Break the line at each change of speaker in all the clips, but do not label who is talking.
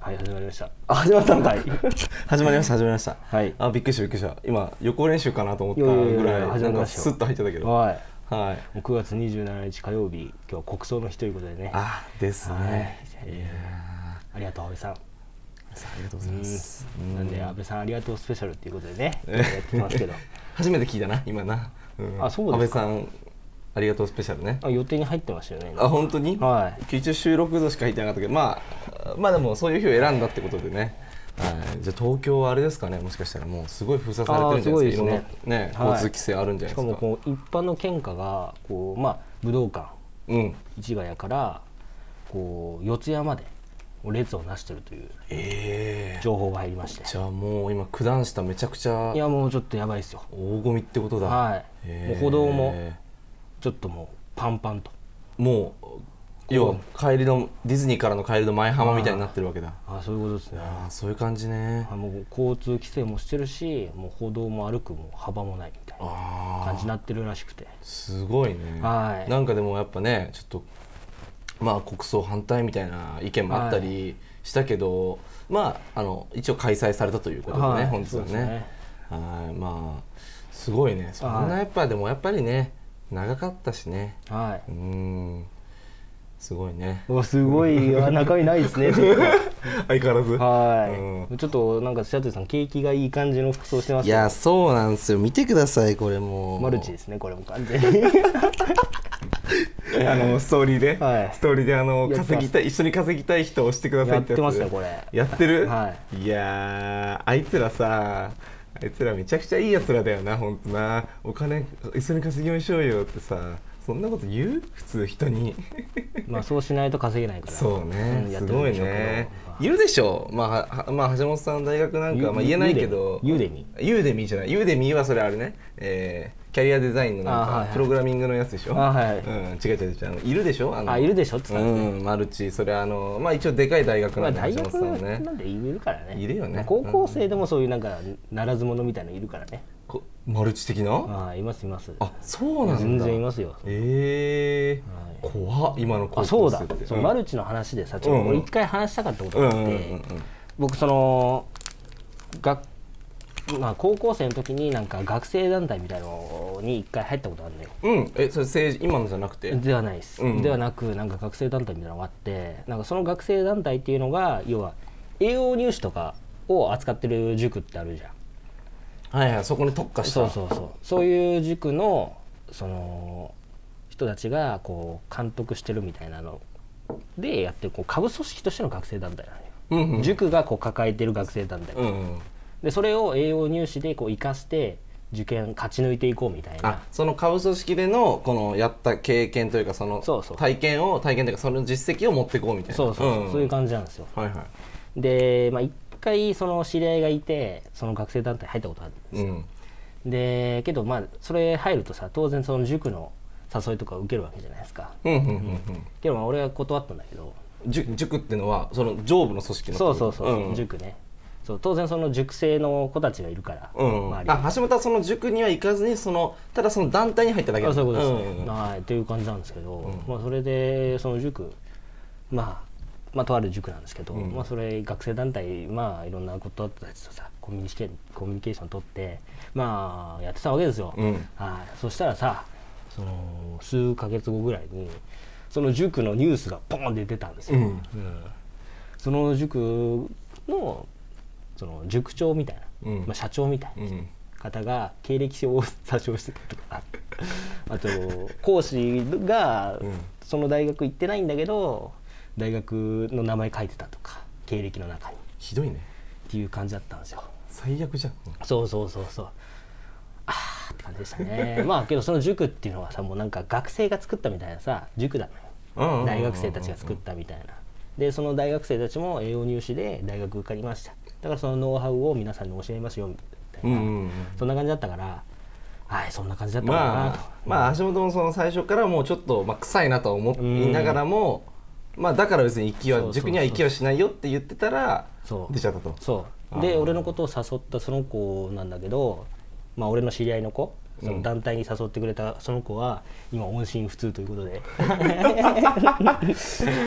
はい始まりました
あ始まったんだ、
は い
始まりました始まりました
はい
あびっくりしたびっくりした今予行練習かなと思った
いやいやいや
ぐらい
始
な
ま
ん
りま
か
したよ
スッと入っちゃったけどは
はい
い
もう9月27日火曜日今日は国葬の日ということでねは
あです
い
ね
いやーありがとう安倍さん
さあありがとうございます
うんなんで安倍さんありがとうスペシャルっていうことでねやってます けど
初めて聞いたな今な、ん
あそうです
安倍さんありがとうスペシャルね
あ予定に入ってましたよね
あ本当に、
はい
一応収録度しか入ってなかったけどまあまあでもそういう日を選んだってことでねはい、じゃあ東京はあれですかねもしかしたらもうすごい封鎖されてるんじゃないですか
あーすごいですね
いろんなね
はい
交通規制あるんじゃ
し
ない
か
です
も
か,、
こう一般の献花がこうまあ武道館
うん
市ヶ谷からこう四谷まで列をなしてるという
ええ
情報が入りまして
じゃあもう今九段下めちゃくちゃ
いやもうちょっとやばいですよ
大ごみってことだ
はい
へー
もう歩道もちょっともうパンパンと
もう要は帰りのディズニーからの帰りの前浜みたいになってるわけだ
あそういうことですね
ああそういう感じね
あもう交通規制もしてるしもう歩道も歩くも幅もないみたいな
あ
感じになってるらしくて
あすごいね
はい
なんかでもやっぱねちょっとまあ国葬反対みたいな意見もあったりしたけど、まああの一応開催されたということでね、
はい
本日
そう
は
で
ね
す
はいまあすごいねそんなやっぱ、でもやっぱりね長かったしね
は
う
い
ーんすごいね
うわすごいあ中身ないですねちょっ
相変わらず
とはい、ちょっとなんかシャトルさん景気がいい感じの服装してます
い
ね
やそうなんですよ見てくださいこれもう
マルチですねこれも完全に
あのストーリーで、
はい
ストーリーであの
やってます
稼ぎたい一緒に稼ぎたい人を押してください
や
っ
って
やつ
てますねこれ
やってる、、
はい
やーあいつらさあいつらめちゃくちゃいいやつらだよなほんとなお金一緒に稼ぎましょうよってさそんなこと言う普通人に
まあそうしないと稼げないから
そうね、
うんやっ
す
てる
ごい
んでしょうけど
ね
まあ
言うでしょまあは、はまあ、橋本さん大学なんか、まあ、
ゆ
言えないけど
ゆでみ
ユーデミーじゃないユーデミーはそれあれね、えーキャリアデザインのなん
あはい
か
はい
プログラミングのやつでしょ
あはい
うん、違う違う違うあのいるでしょあの
あいるでしょって言ってたんです
うんマルチそれあのまあ一応でかい大学
ま
な
あ
んで
大
橋
学
本さんはね
なんでいるからね
いるよね
まあ高校生でもそういうなんかならず者みたいなのいるからね、
こマルチ的な
あいますいます
あそうなんだ
全然いますすよ
えー怖っ今の高
あそう
校
だ
生って
そう、
ん
マルチの話でさちょっ
うん
と
うん
俺一回話したかったこと
うん
があ
う
っ
ん
て、
うんうん
僕その学まあ、高校生の時になんか学生団体みたいのに一回入ったことあるのよ
うんえそれ政治今のじゃなくて
ではないです、
うん
ではなくなんか学生団体みたいなのがあってなんかその学生団体っていうのが要は栄養入試とかを扱ってる塾ってあるじゃん
はいはいそこに特化した
そうそうそうそういう塾のその人たちがこう監督してるみたいなのでやってるこう下部組織としての学生団体なのよ、
う、うんうん、
塾がこう抱えてる学生団体、
うんうん
でそれを栄養入試でこう生かして受験勝ち抜いていこうみたい
あ
な
その株組織でのこのやった経験というかその
そうそう
体験を体験というかその実績を持っていこうみたいな
そうそうそう、
ん
そういう感じなんですよ
はいは
でまあ一回その知り合いがいてその学生団体入ったことある
い、うん、
でけどまあそれ入るとさ当然その塾の誘いとか受けるわけじゃないですか
うんうんうんうん
けどまあ俺は断ったんだけど
塾塾っていうのはその上部の組織の
そうそうそう、
んん
塾ねそう当然その塾生の子たちがいるから、
うんうん、
周りに
あ橋本はその塾には行かずにそのただその団体に入っただけ
あそういうことですね、
んうんうん
はいっていう感じなんですけど、まあ、それでその塾、まあ、まあとある塾なんですけど、まあ、それ学生団体まあいろんなことたちとさコミュニケコミュニケーション取ってまあやってたわけですよ、
うん
はいそしたらさその数ヶ月後ぐらいにその塾のニュースがポンって出たんですよ、
うん
その塾のその塾長みたいな、
うん
まあ、社長みたいな、
うん
方が経歴書を詐称して たとかあと講師が
うん
その大学行ってないんだけど大学の名前書いてたとか経歴の中にっ
ひどいね
ていう感じだったんですよ
最悪じゃん
そうそうそうそうああって感じでしたね まあけどその塾っていうのはさもうなんか学生が作ったみたいなさ塾だね
うんうんうんうん
大学生たちが作ったみたいなでその大学生たちも栄養入試で大学受かりましただからそのノウハウを皆さんに教えますよみたいな、
うんうんうん
そんな感じだったから、はい、そんな感じだったのかな
ま
と
あ、まあ橋本もその最初からもうちょっと、まあ、臭いなとは思いながらも、まあ、だから別に行き
そうそ
は
うそう
塾には行きはしないよって言ってたら
そう
出ちゃったと
そう
あ
で
ー
俺のことを誘ったその子なんだけど、まあ、俺の知り合いの子その団体に誘ってくれたその子は今音信不通ということ で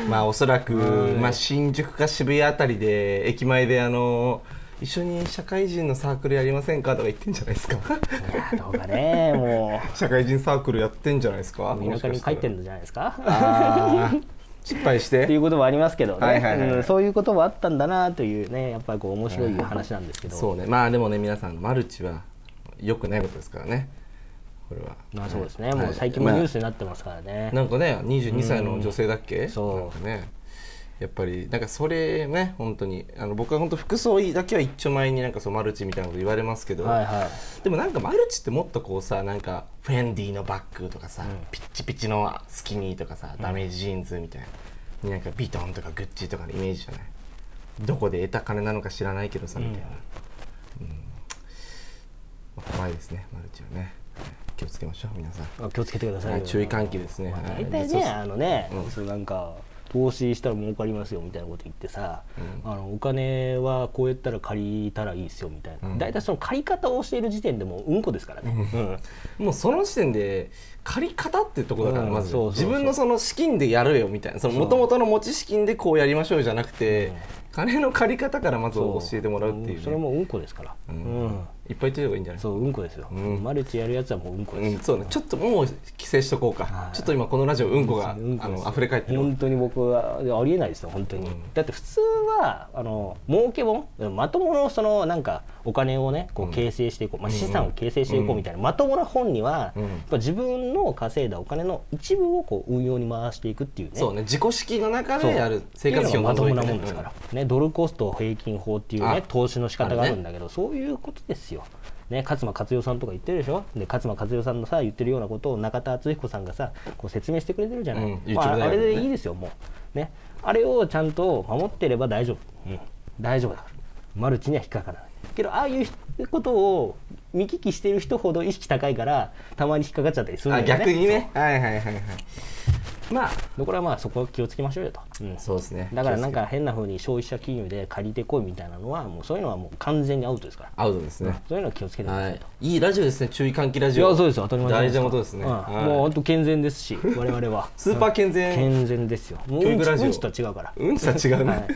まあおそらく、まあ、新宿か渋谷あたりで駅前であの一緒に社会人のサークルやりませんかとか言ってんじゃないで すか
いやどうかねも
社会人サークルやってんじゃないですか
う田舎に帰ってんのじゃないですか
あー失敗し
ってい
て
うこともありますけどね、
はいはいはいはい
うんそういうこともあったんだなというねやっぱりこう面白い話なんですけど、
そうねまあでもね皆さんマルチは良くないことですからねこれは
まあそうですね、
はい
もう最近も
まあ
ニュースになってますからね、
なんかね22歳の女性だっけ、
そう
なんかねやっぱりなんかそれね本当にあの僕は本当服装だけは一丁前になんかそうマルチみたいなこと言われますけど、
はいはい
でもなんかマルチってもっとこうさなんかフェンディのバッグとかさ、ピッチピチのスキニーとかさダメージジーンズみたいな、なんかビトンとかグッチとかのイメージじゃないどこで得た金なのか知らないけどさみたいな、うん怖いですねマルチはね気をつけましょう皆さん、
あ気をつけてくださいよ、
はい注意喚起ですね
まあ
はい
大体
そう
ね
そう
あのね、
うん
そうなんか投資したら儲かりますよみたいなこと言ってさ、あのお金はこうやったら借りたらいいですよみたいな、
うん
大体その借り方を教える時点でもううんこですからね、うん
もうその時点で借り方ってとこだから
うん
まず
そうそうそう
自分のその資金でやるよみたいなその元々の持ち資金でこうやりましょうじゃなくて、金の借り方からまず教えてもらうっていう,、ね
んそれもうんこですから、うんん
いっぱい言ってた方がいいんじゃない
そううんこですよ、
うん
マルチやるやつはもううんこ
う
です
ん、
よ、
そうねちょっともう規制しとこうか、
はい
ちょっと今このラジオうんこが、
うん
あ
こです
の溢れ返ってる
本当に僕はありえないですよ本当に、
うん
だって普通はあの儲けもんまとものそのなんかお金をねこ
うん
う形成していこう、まあ、
うんうん
資産を形成していこうみたいな、まともな本には、
うん
やっぱ自分の稼いだお金の一部をこう運用に回していくっていうね
そうね自己資金の中
そう
でやる生活費を
まとも
除い
な
て、
も
ね
んですから、ね、ドルコスト平均法っていう
あ
ね投資の仕方が
あ
あ
るね
るんだけど、そういうことですよ、ね、勝間和代さんとか言ってるでしょで勝間和代さんのさ言ってるようなことを中田敦彦さんがさこう説明してくれてるじゃない、
うん
ま
YouTube
あ、
だ
あ
よね
れでいいですよもうねあれをちゃんと守ってれば大丈夫、うん、大丈夫だからマルチには引っかからないけどああいうことを見聞きしてる人ほど意識高いからたまに引っかかっちゃったりするん
あ
だよね
逆にねはいはいはいはいまあ
だからまあそこは気をつけましょうよと、うん
そうですね
だからなんか変な風に消費者金融で借りてこいみたいなのはもうそういうのはもう完全にアウトですから
アウトですね、
そういうのは気をつけてくださ
はいい
と。、
いいラジオですね注意喚起ラ
い
ジオ
やそうですよ当たり前じゃない
大事
か
なことですね、
うん
はい
もう本当健全ですし我々は
スーパー健全、
健全ですよもう
教
うん
育
ち
ラジオ
うんちとは違うから
うん、ちは違うね、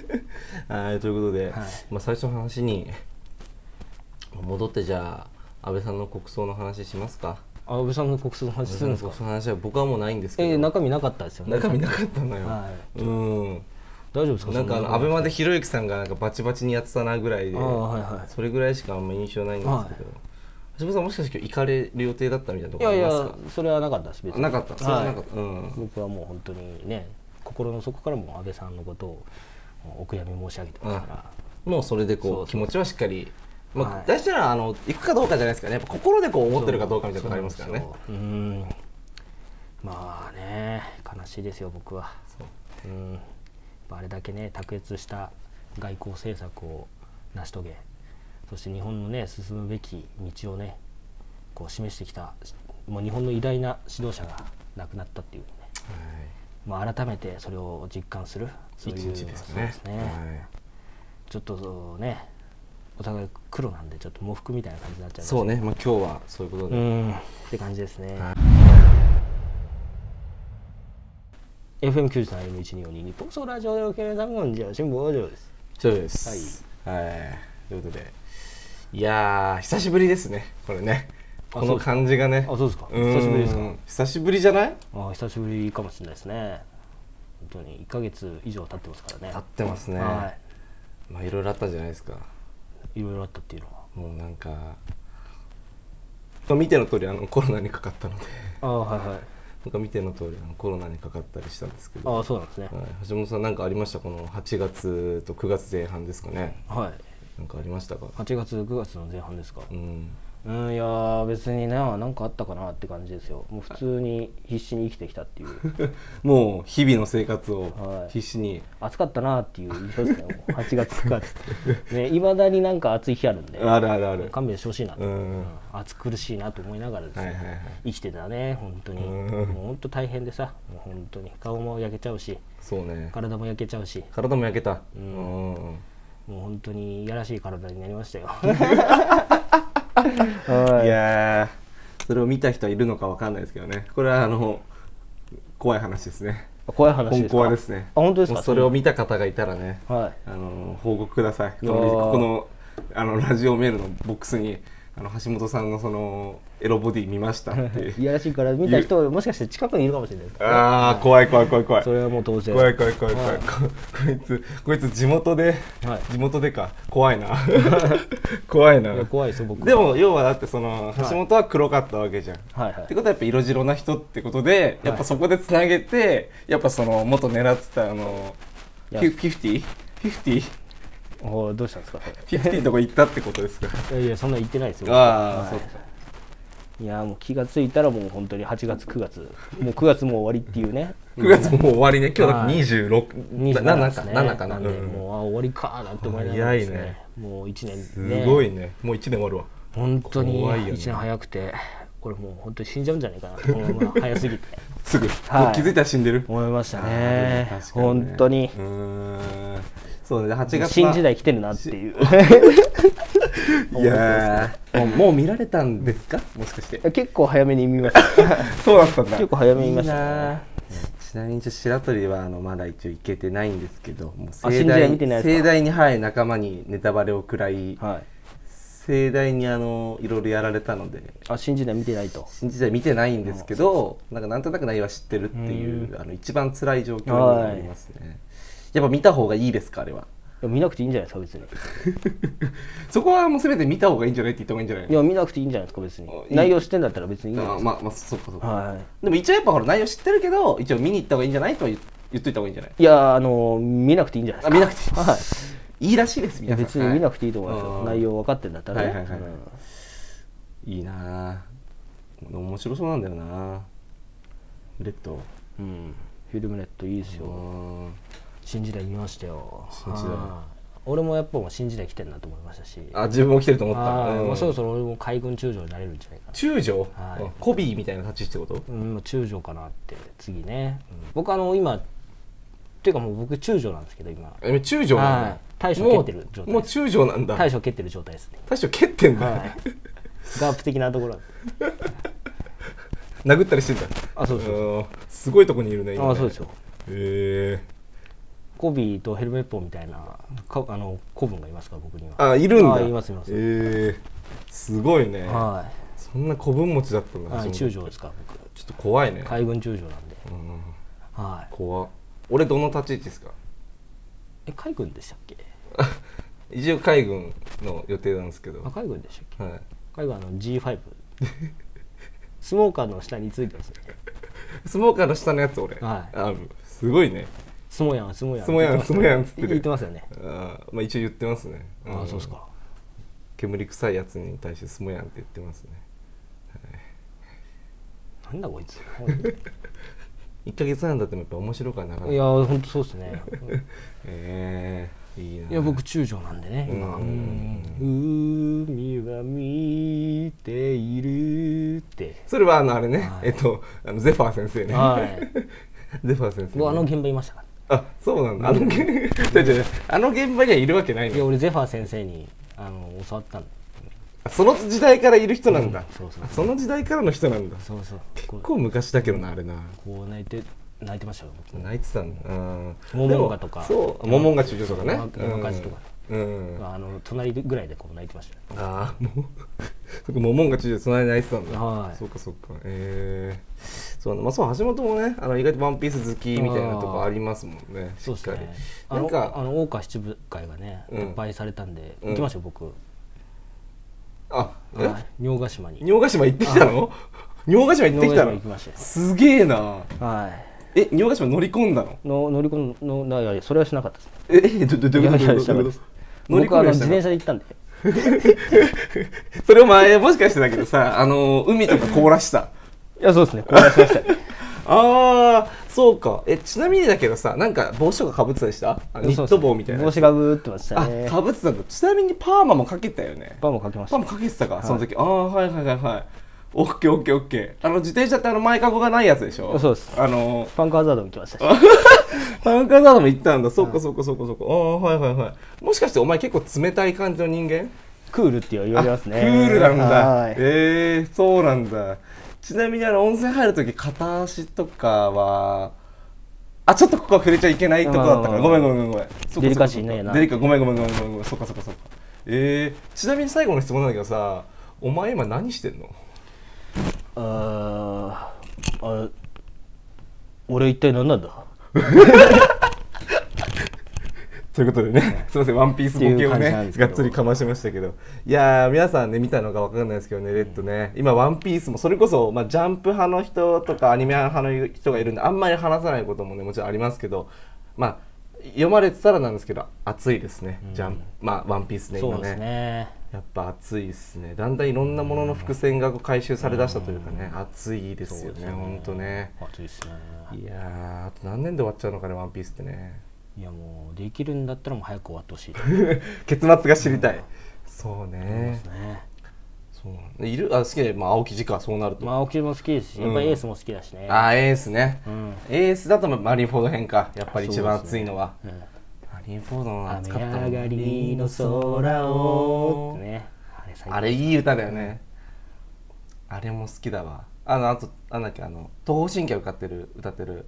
はい、ということで、
はい
まあ、最初の話に戻ってじゃあ安倍さんの国葬の話しますか
あ安倍さんの国葬の話
安倍
す
さ
る
ん
ん
の
です
国
か
葬の話は僕はもうないんですけど、
えー中身なかったですよね
中身なかったのよ、
は
うん
大丈夫ですか
なんかあ
そ
のアベマでひろゆきさんがなんかバチバチにやってたなぐらいで
ああはいはい
それぐらいしかあんま印象ないんですけど、橋本さんもしかして今日行かれる予定だったみたいなとこ
い
ろあ
やい
りますか
やそれはなかったです別に
なかったそれはなかった、うん
僕はもう本当にね心の底からもう安倍さんのことをお悔やみ申し上げてますから
もうそれでこう気持ちはしっかり、まあ
はい
大事なのはあの行くかどうかじゃないですかねやっぱ心でこう思ってるかどうかみたいなとこありますからね
そうそううんまあね悲しいですよ僕はうんやっぱあれだけね卓越した外交政策を成し遂げそして日本のね進むべき道をねこう示してきたもう日本の偉大な指導者が亡くなったっていうね、まあ、改めてそれを実感するそう
はいいう一日です
そう
ね
ですね、ちょっとそうねお互い黒なんでちょっと喪服みたいな感じになっちゃ
はい
ました
そうね、まあ、今日はそういうこと
う
で、
んって感じですね
は。
FM 九十三 M 一二四二日本総ラジオでお聞きの皆さんこんにちは新聞ラジオです。
以上ですはい、ということでいやー久しぶりですねこれね
あ
この感じがね
あそうですか
ん
久しぶりですか
久しぶりじゃない
あ久しぶりかもしれないですね。本当に一ヶ月以上経ってますからね。
経ってますね
は
まあいろいろあったじゃないですか
い。いろいろあったっていうのは。
もうなんかまあ見ての通りあのコロナにかかったので
あはいはい。
なんか見ての通りあのコロナにかかったりしたんですけど、
あ
は
そうなんですね。
い、橋本さんなんかありましたこの8月と9月前半ですかね
はい。
なんかありましたか
八月九月の前半ですか。
うん
うんいやー別にななんかあったかなって感じですよ。もう普通に必死に生きてきたっていう。
もう日々の生活
は
を
い
必死に、
暑かったなっていう印象ですね、もう8月、9月って、ね、いまだになんか暑い日あるんで、
あるあるある
勘弁してほしいなと、
う
うんん暑苦しいなと思いながらですね、
はいはいはい
生きてたね、本当に、
うん
もう本当大変でさ、もう本当に顔も焼けちゃうし、
そうね
体も焼けちゃうし、
体も焼けた、うん
ん
うん
もう本当にいやらしい体になりましたよ。
いやーそれを見た人はいるのかわかんないですけどねこれはあの怖い話ですね
怖い話
本
です
怖
か
ですね
あ本当ですか
もうそれを見た方がいたらね
はい
あの報告くださいこ
やー
のここのあのラジオメールのボックスにあの橋本さんのそのエロボディ見ましたってい
いうやらしいから見た人もしかして近くにいるかもしれないです
ああ怖い怖い怖い怖い
それはもう当然
怖い怖い怖い怖い、ここいつこいつ地元で、
はい
地元でか怖いな 怖いない
や怖いですよ僕
でも要はだってその橋本は黒かったわけじゃん、
はいはい
ってことはやっぱ色白な人ってことでやっぱそこでつなげて、やっぱその元狙ってたあの
いや
50?50?50
おーどうしたんですか
のとこ行ったってことですか
それいやいやそんな言ってないですよ
ああ、
はい
そっか
いやもう気がついたらもう本当に8月9月もう9月も終わりっていうね
9月ももう終わりね今日だって
はい
26
27
7
です
か
ね
7かな
なんで
うん
もうあ終わりかーなんて思いながらです
早いね
ねもう1年
す
ね
ごいねもう1年終わるわ
本当に
怖いよね
1年早くてこれもう本当に死んじゃうんじゃないかなとこのまま早す ぎて
すぐ、
はい
もう気づいたら死んでる
思いました
あー
ね
でも確かね
本当に
うーんそうね8月は
新時代来てるなって いう
いやーもうもう見られたんですかもしかして
結構早めに見ました
そうだったんだ
結構早めに見ましたね
いいなあちなみに一応白鳥はあのまだ一応行けてないんですけどもう
あ
盛
新時代見
大
てないですか
盛大にはい仲間にネタバレを食らい
はい
盛大にあのいろいろやられたので
あ新時代見てないと
新時代見てないんですけどなんかなんとなく内容は知ってるっていうあの一番辛い状況になりますねやっぱ見た方がいいですかあれはい
や見なくていいんじゃないですか別に
そこはもう全て見た方がいいんじゃないって言った方がいいんじゃない
いや見なくていいんじゃないですか別に
あいい
内容知ってんだったら別にいいんじゃない
あ
で
まあまあそっかそっ
すか
か、
はい
でも一応やっぱほら内容知ってるけど一応見に行った方がいいんじゃないとは言言っといた方がいいんじゃない
いやあの見なくていいんじゃない
あ
ですか
見なくていい
はい
いらしいです
いいや
皆さん
別に見なくていいと思いますよ、
はい
内容分かってんだったらね、
はいはいはいいいなあ面白そうなんだよなレッド
うんうんフィルムネットいいですよ、
うん
新時代見ましたよ
新時代
はい俺もやっぱもう新時代来てんなと思いましたし
あ自分も来てると思った
はい
うん
まあ、そろそろ俺も海軍中将になれるんじゃないかな
中将、
はい
あコビーみたいな立ち位置ってこと
うん、まあ中将かなって次ね、うん僕あの今っていうかもう僕中将なんですけど今
え中将なん
は
だ、
い大将蹴ってる状態です
もうもう中将なんだ
大将蹴ってる状態ですね
大将蹴ってんだ、
はいガープ的なところ
殴ったりしてんだ
あそうそうそ
んすごいとこにいるね今ね
あそうですよ
へえ
コビーとヘルメットみたいなかあの子分がいますから僕には
あいるんだ
あいますいます
へえすごいね
は
そんな古文持ちだったん
い、
だ
はい、
橋
中
本
将ですから僕
ちょっと怖いね
海軍中将なんで、
うん
はい
怖っ俺どの立ち位置ですか
え海軍でしたっけ
一応海軍の予定なんですけど、
あ
は
海軍でしたっけ
い、
海軍あの G5 スモーカーの下についてますね
スモーカーの下のやつ俺、
はい
あすごいね
スモヤンスモヤン
スモヤンスモヤンっつってる
言ってますよね
あーまあ一応言ってますね
あ
ん
そうですか
煙臭いやつに対してスモヤンって言ってますね
なんだこ いつ
1ヶ月半だってもやっぱ面白くはならない
いや本当そうですね
えー、いいない
いや僕中将なんでね今
うん
うん海は見ている って
それはあのあれね、
はい
えっとあのゼファー先生ね、
はい
ゼファー先生、ね、
僕あの現場いましたから
あそうなんだ あの現違う違うあの現場にはいるわけない
いや
の
俺ゼファー先生にあの教わったんで
あその時代からいる人なんだ、
うんそうそう
あその時代からの人なんだ
そうそうこ
結
う
構昔だけどなあれな
こう泣いて泣いてましたよ僕
泣いてたんだうん
モモンガとか
でもそうモモンガ中将とかね
山山火事とか
うん、うん、あ
あの隣ぐらいでこう泣いてましたよ
あーもう そっかモモンガ中将隣に泣いてたんだ
はい
そうかそうかええそうなんだまあそう橋本もねあの意外とワンピース好きみたいなとこありますもんね
そうですね
しっ。か
あ
りな
の
んか
あの大川七部会がね、
うん
撤廃されたんで、
うん
行きましたよ僕。
あえ、
はい尿ヶ島に。
尿ヶ島行ってきたの尿ヶ島行って
尿
きた
ヶ島行
の
きましたよ
すげえな
はい。
え尿ヶ島乗り込んだ
の
の
乗り込むのないやいやそれはしなかったです。
ええどどどういうこと
いや
どう
い
い
や
うことどういう
しなか
こと乗り
僕
込
あ
み
の
はし
自
たの
転車で行ったんで。
それお前もしかしてだけどさあの海とか凍らした
い やそうですね。これしましたよ。
ああそうかえちなみにだけどさなんか帽子とかかぶってたでしたあニット帽みたいな
帽子がぶーってました
あ
ね。
かぶってたんだちなみにパーマもかけてたよね
パンもかけまし
パー
た
マ。かけてたか、その時ああはいはいはいはいオッケーオッケーオッケーあの自転車ってあの前かごがないやつでしょ
そうです
あの
パンクハザードも来ましたし。
パンカーなども行ったんだそっかそっかそっかそっかああはいはいはいもしかしてお前結構冷たい感じの人間
クールって言われますね
クールなん
は
だ
い
えー、そうなんだちなみにあの温泉入る時片足とかはあちょっとここは触れちゃいけないとこだったから
うん
ごめんごめんごめんごめん
デリカシーないな
デリカごめんごめんごめんごめんごめんそっかそっかそっかえー、ちなみに最後の質問なんだけどさお前今何してんの
あーあ俺一体何なんだっ
ということでね、 すみません、ワンピースボケを
っていう感じなん
ね
で、すけ
が
ど
っつりかましてましたけど、いやー、皆さんね、見たのかわかんないですけどね、レッドね、今、ワンピースも、それこそ、まあ、ジャンプ派の人とか、アニメ派の人がいるんで、あんまり話さないこともね、もちろんありますけど、まあ、読まれてたらなんですけど、熱いですね、ジャンプ、まあ、ワンピースね、
そう
今
です
ね。
ね
やっぱ熱いですね、だんだんいろんなものの伏線がこう回収されだしたというかね、熱いですよね、ほんとね。
暑いですね
いやー、あと何年で終わっちゃうのかね、ワンピースってね。
いやもうできるんだったらもう早く終わってほしい
結末が知りたい、そうね
です ね
そうなんだいるあ好きで、まあ、青木直はそうなると、
まあ青木も好きですしやっぱりエースも好きだしね、
あーエースね、
うん
エースだとマリンフォード編かやっぱり一番
そうです
熱いのは、
うん
マリンフォードの
雨
熱かったも
上
ん
がりの空をってねあれ最高
あれいい歌だよね、あれも好きだわあのあとなんだっけあの東方神起が歌ってる歌ってる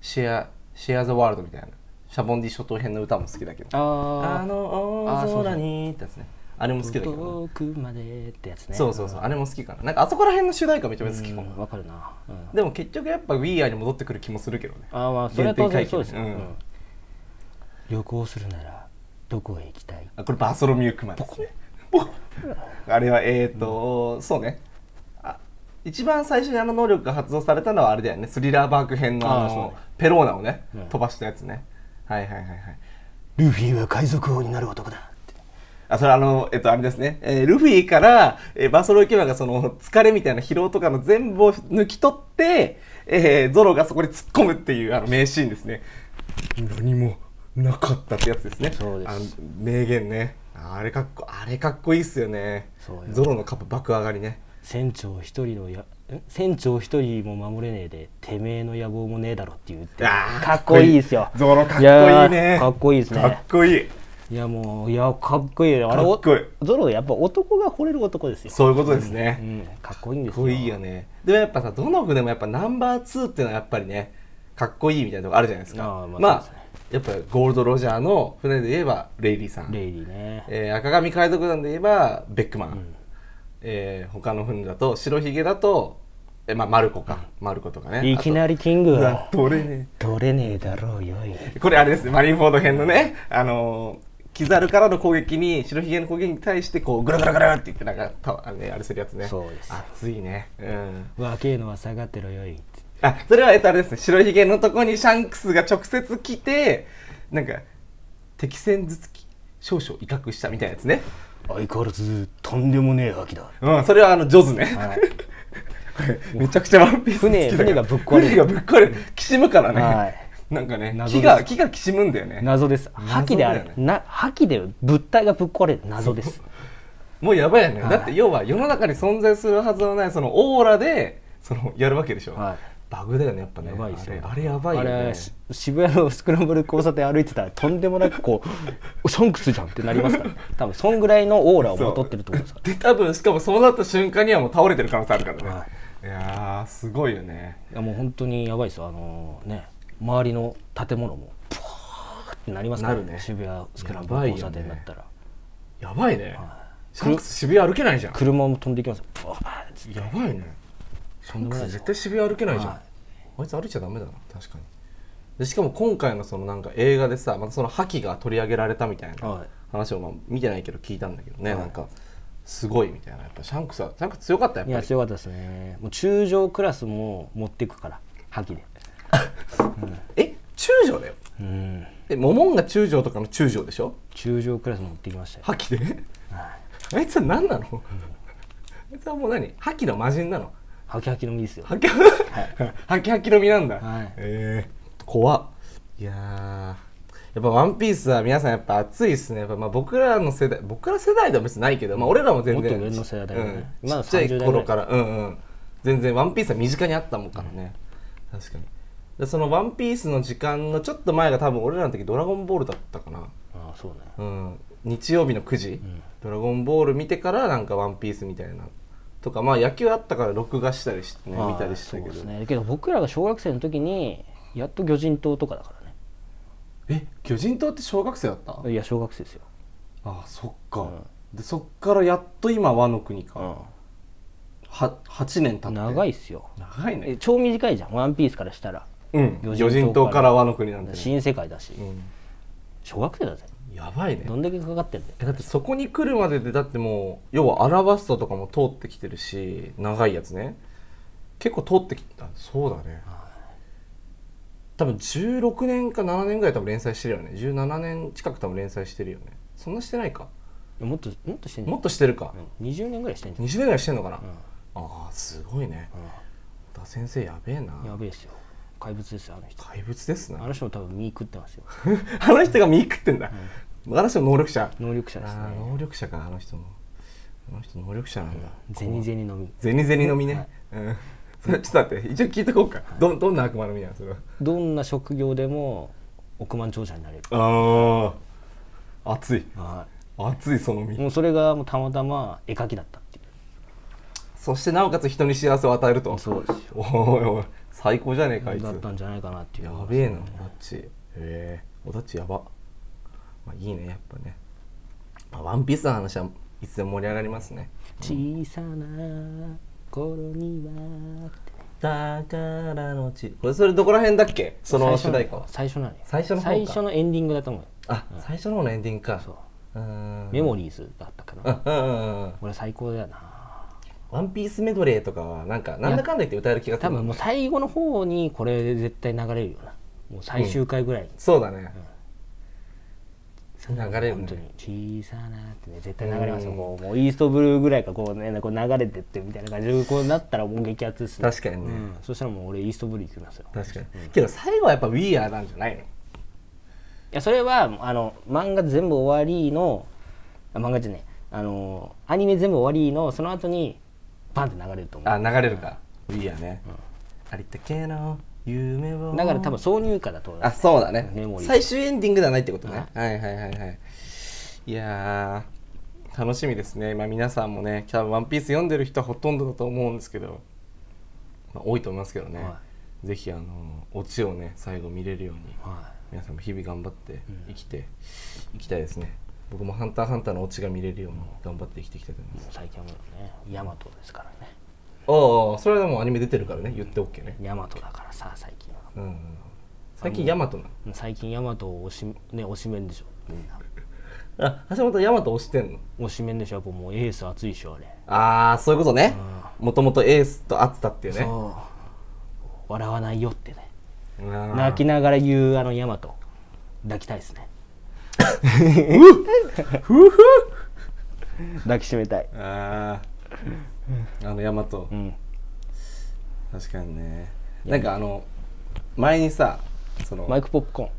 シェアシェア・ザ・ワールドみたいなシャボンディ諸島編の歌も好きだけどあ
あ
の
あー
大
そうそう
空にってやつねあれも
あ
好きだけどね
遠くまでってやつね
そうそうそうあれも好きかななんかあそこら辺の主題歌めちゃめちゃ好きかも、
うんわかるな、うん
でも結局やっぱ We Are に戻ってくる気もするけどね
ああまあそれは当然そうですよ、
原点回帰ね
うん旅行するならどこへ行きたい
あこれバーソロミュークマンですねポコ あれはえーと、そうねあ一番最初にあの能力が発動されたのはあれだよねスリラーバーク編のあ
あーそう
の
ね
ペローナをね、
うん
飛ばしたやつねはいはいはいはい
ルフィは海賊王になる男だって
あそれあのえっとあれですね、えールフィから、えーバーソロイケマンがその疲れみたいな疲労とかの全部を抜き取って、えーゾロがそこに突っ込むっていうあの名シーンですね何もなかったってやつですね
そうです
あの名言ねあれかっこあれかっこいいっすよね
そうよ
ゾロのカップ爆上がりね
船長一人のやん船長一人も守れねえでてめえの野望もねえだろって言って
あー
かっこいいですよ
ゾロかっこいいね
やーかっこいいです
かっ
ね
こいい
いやもういやかっこいいよあれお
かっこいい
ゾロやっぱ男が惚れる男ですよ
そういうことですね、
うん、かっこいいんで
かっ
すよ
こいいよねでもやっぱさどの国でもやっぱナンバー2っていうのはやっぱりねかっこいいみたいなとこあるじゃないですか
ああまあそう
やっぱゴールド・ロジャーの船で言えばレイリーさん、
レイリーね
えー赤髪海賊団で言えばベックマン、えー他の船だと白ひげだと、えまあ、マルコか、マルコとかね
いきな
り
りキングは
取れね
取れねえだろうよい
えこれあれですねマリンフォード編のねあのーキザルからの攻撃に白ひげの攻撃に対してこうグラグラグラって言ってなんかたあ,、ね、あれするやつね
そうです
熱いねうん
若えのは下がってろよい
あ、それは、えっと、あれですね、白ひげのとこにシャンクスが直接来て、なんか、敵戦ずつき少々威嚇したみたいなやつね。
相変わらずとんでもねえ覇気だ
うん、それはあの、ジョズね。
はい
これ めちゃくちゃワンピース好きだか
船
ら
船がぶっ壊れる
船がぶっ壊れる。きしむからね。
はい
なんかね、
謎で
木
す
が、木がきしむんだよね。
謎です
謎だよね
覇気であれ、な覇気で物体がぶっ壊れる謎です
もうやばいよね。
はい
だって、要は世の中に存在するはずのない、そのオーラで、その、やるわけでしょ。
はい
バグだよね、やっぱね。
やばいですよ
あれ、あれやばいよね。
あれし渋谷のスクランブル交差点歩いてたらとんでもなくこうシャンクスじゃんってなり ますから多分そんぐらいのオーラをまとってると思うんですか
で多分しかもそうなった瞬間にはもう倒れてる可能性あるからね、、
はい
やーすごいよね
らいやもう本当にやばいですよあのね周りの建物もプワーってなりますから
なるね
渋谷スクランブル交差点だったら、
やばいね、シャン
く
クス渋谷歩けないじゃん
車も飛んでいきますよブワーって
やばいねシャ
とん
ンク
でもないで
ス
すよ
絶対渋谷歩けないじゃん、
はい
あいつ歩いちゃダメだな確かにでしかも今回のそのなんか映画でさまたその覇気が取り上げられたみたいな
はい
話をまあ見てないけど聞いたんだけどね、
はい
なんかすごいみたいなやっぱシャンクスはシャンクス強かったやっ
い
ぱ
や
り
強かったですねもう中上クラスも持っていくから覇気で
え中将だよ
うん
えモモンが中将とかの中将でしょ
中上クラスも持ってきましたよ
覇気であいつは何なの、あいつはもう何覇気の魔人なの
ハキハキの実ですよ
覇気、覇気覇気の実なんだ、
はい
ええ怖っいやーやっぱ「ワンピースは皆さんやっぱ熱いですねやっぱまあ僕らの世代僕ら世代では別にないけど、まあ、俺らも全然
もっと上の世代だよね
う
ま
ん、ち
だ
っちゃい
30代
頃からうんうん全然「ワンピースは身近にあったもんからね、確かにでその「ワンピースの時間のちょっと前が多分俺らの時「ドラゴンボール」だったかな
ああそうね
うん、日曜日の9時、ドラゴンボール」見てからなんか「ワンピースみたいなとかまあ野球あったから録画したりしてね
まあ
見たりしたけ
そうです
ど、
ねだけど僕らが小学生の時にやっと魚人島とかだからね
え巨人島って小学生だった
いや小学生ですよ、
ああそっか、でそっからやっと今和の国か、
う
は8年経って
ん、長い
い
っすよ
長い
え
ね
超短いじゃん「ワンピースからしたら
うん
魚人島
魚人島から和の国なんて、ね
新世界だし
う
小学生だぜ
ん、やばいね
どんだけかかってんだよ
えだってそこに来るまででだってもう要はアラバスタとかも通ってきてるし長いやつね結構通ってきたそうだね多分16年か7年ぐらい多分連載してるよね17年近く多分連載してるよねそんなしてないか
もっともっとしてんじゃ
も
ん
っとしてるか、
うん20年ぐらいしてんじ
20年ぐらいしてんのかな、
ゃん、
ああすごいね
う
田先生やべえなん
やべえっすよ怪物ですよあの人
怪物ですな
あの人も多分身食ってますよ
あの人が見食ってんだ、あの人も能力者
能力者です
ああ
ね
能力者かあの人もあの人能力者なんだ
銭銭のみ
ゼニゼニの実ね、うんそれちょっと待って一応聞いとこうか、どどんな悪魔の実なのそれは
どんな職業でも億万長者になれる、
ああ熱い
は
熱いその
い、
実
もうそれがもうたまたま絵描きだったっていう
そしてなおかつ人に幸せを与えると
そうですよ
おいおい最高じゃねえかあいつ
だったんじゃないかなっていう
やべえなおだっちへえおだっちやばまあいいねやっぱね、まあ、ワンピースの話はいつでも盛り上がりますね
小さな頃には
だからのちこれそれどこら辺だっけその主題歌は
最初なのよ
最初の方か
最初のエンディングだと思うよ
あ最初の方のエンディングか
そう
うーん
メモリーズだったか
う
なん
うんうんうん
俺最高だよな
ワンピースメドレーとかはなんかなんだかんだ言って歌える気がする
多分もう最後の方にこれ絶対流れるよなもう最終回ぐらいに、
そうだね、流れる
本当
ね
に小さなってね絶対流れますよ、
うん
こうもうイーストブルーぐらいかこうねこう流れてってみたいな感じでこうなったらもう激アツっすね
確かにね
うんそしたらもう俺イーストブルー行きますよ
確かに、けど最後はやっぱ「We Are」なんじゃないの
いやそれはあの漫画全部終わりのあ漫画じゃねえあのアニメ全部終わりのその後にバンって流れると思
あ流れるか「We Are ね」ありったけの夢を
うだから多分挿入歌だと思う
あそうだね
メモリー
最終エンディングではないってことね、はい、はいはいはいいやー楽しみですね、まあ、皆さんもね多分ワンピース読んでる人はほとんどだと思うんですけど、まあ、多いと思いますけどね、
は
ぜひあのオチをね最後見れるように
は
皆さんも日々頑張って生きていきたいですね、僕も「ハンターハンター」のオチが見れるように頑張って生きていきたいと思いま
い
す
もう最近はもうねヤマトですからね
ああそれはもうアニメ出てるからね言って OK ね
ヤマトだからさ最近は
うんうん最近ヤマトなの
もう最近ヤマトを推し,、ね、推しメンでしょみんな
あ橋本ヤマト推してんの
推しメンでしょやっぱもうエース熱いでしょあれ
ああそういうことねもともとエースと会ってたっていうね
そう笑わないよってね
泣
泣きながら言うあのヤマト抱きたいですね抱きしめたい
あーあのヤマト
うん
確かにねなんかあの前にさその
マイクポップコーン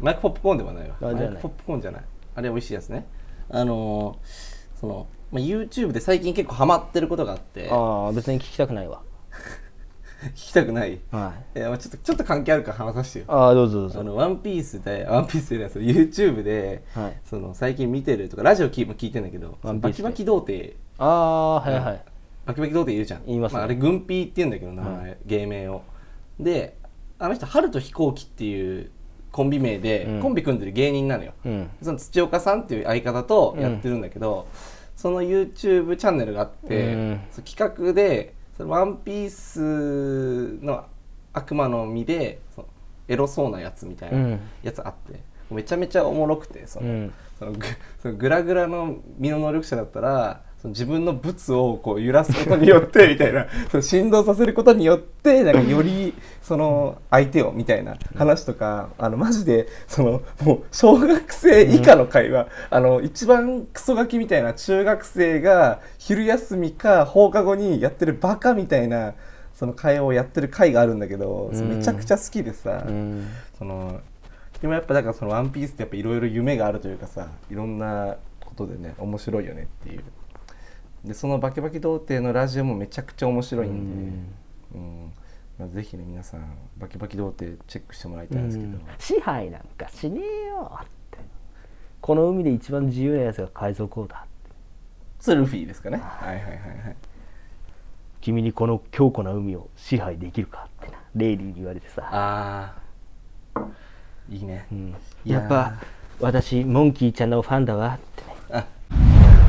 マイクポップコーンではないわ
あじゃ
マ
ない
イクポップコーンじゃないあれ美味しいやつねあのーそのまあ YouTube で最近結構ハマってることがあって
ああ別に聞きたくないわ
聞きたくない
はい
いやまあちょっとちょっと関係あるから話させてよ
ああどうぞどう
あ
ぞ
のワンピースで、ワンピースでね、その YouTube で、
はい
その最近見てるとか、ラジオ聞い聞いてんだけど、
ワンピ
バ
ース
キ
で
バキ童貞、
ああはいはい
バキバキ童貞いるじゃん。
言いますね
あ、あれ、軍ピーって言うんだけど、名前、芸名を。で、あの人、春と飛行機っていうコンビ名で、
うん
コンビ組んでる芸人なのよ。
うん
その土岡さんっていう相方とやってるんだけど、その YouTube チャンネルがあって、
うん
その企画で「そのワンピースの悪魔の実でそのエロそうなやつみたいうなんやつあって、めちゃめちゃおもろくてその、
うん
そのぐそのグラグラの身の能力者だったらその自分のブツをこう揺らすことによってみたいなその振動させることによってなんかよりその相手をみたいな話とかあのマジでそのもう小学生以下の会話、あの一番クソガキみたいな中学生が昼休みか放課後にやってるバカみたいなその会話をやってる会があるんだけど、
うん
めちゃくちゃ好きでさ。
うん
そのでもやっぱだからその「ワンピースってやっぱいろいろ夢があるというかさいろんなことでね面白いよねっていうでその「バキバキ童貞」のラジオもめちゃくちゃ面白いんでうん、まあ、ぜひね皆さん「バキバキ童貞」チェックしてもらいたいんですけど、
支配なんかしねえよってこの海で一番自由なやつが海賊王だ
それルフィですかねはいはいはいはい
君にこの強固な海を支配できるかってなレイリーに言われてさ、
あーいいね、
うん、
い
や
やー
っぱ私モンキーちゃんのファンだわってね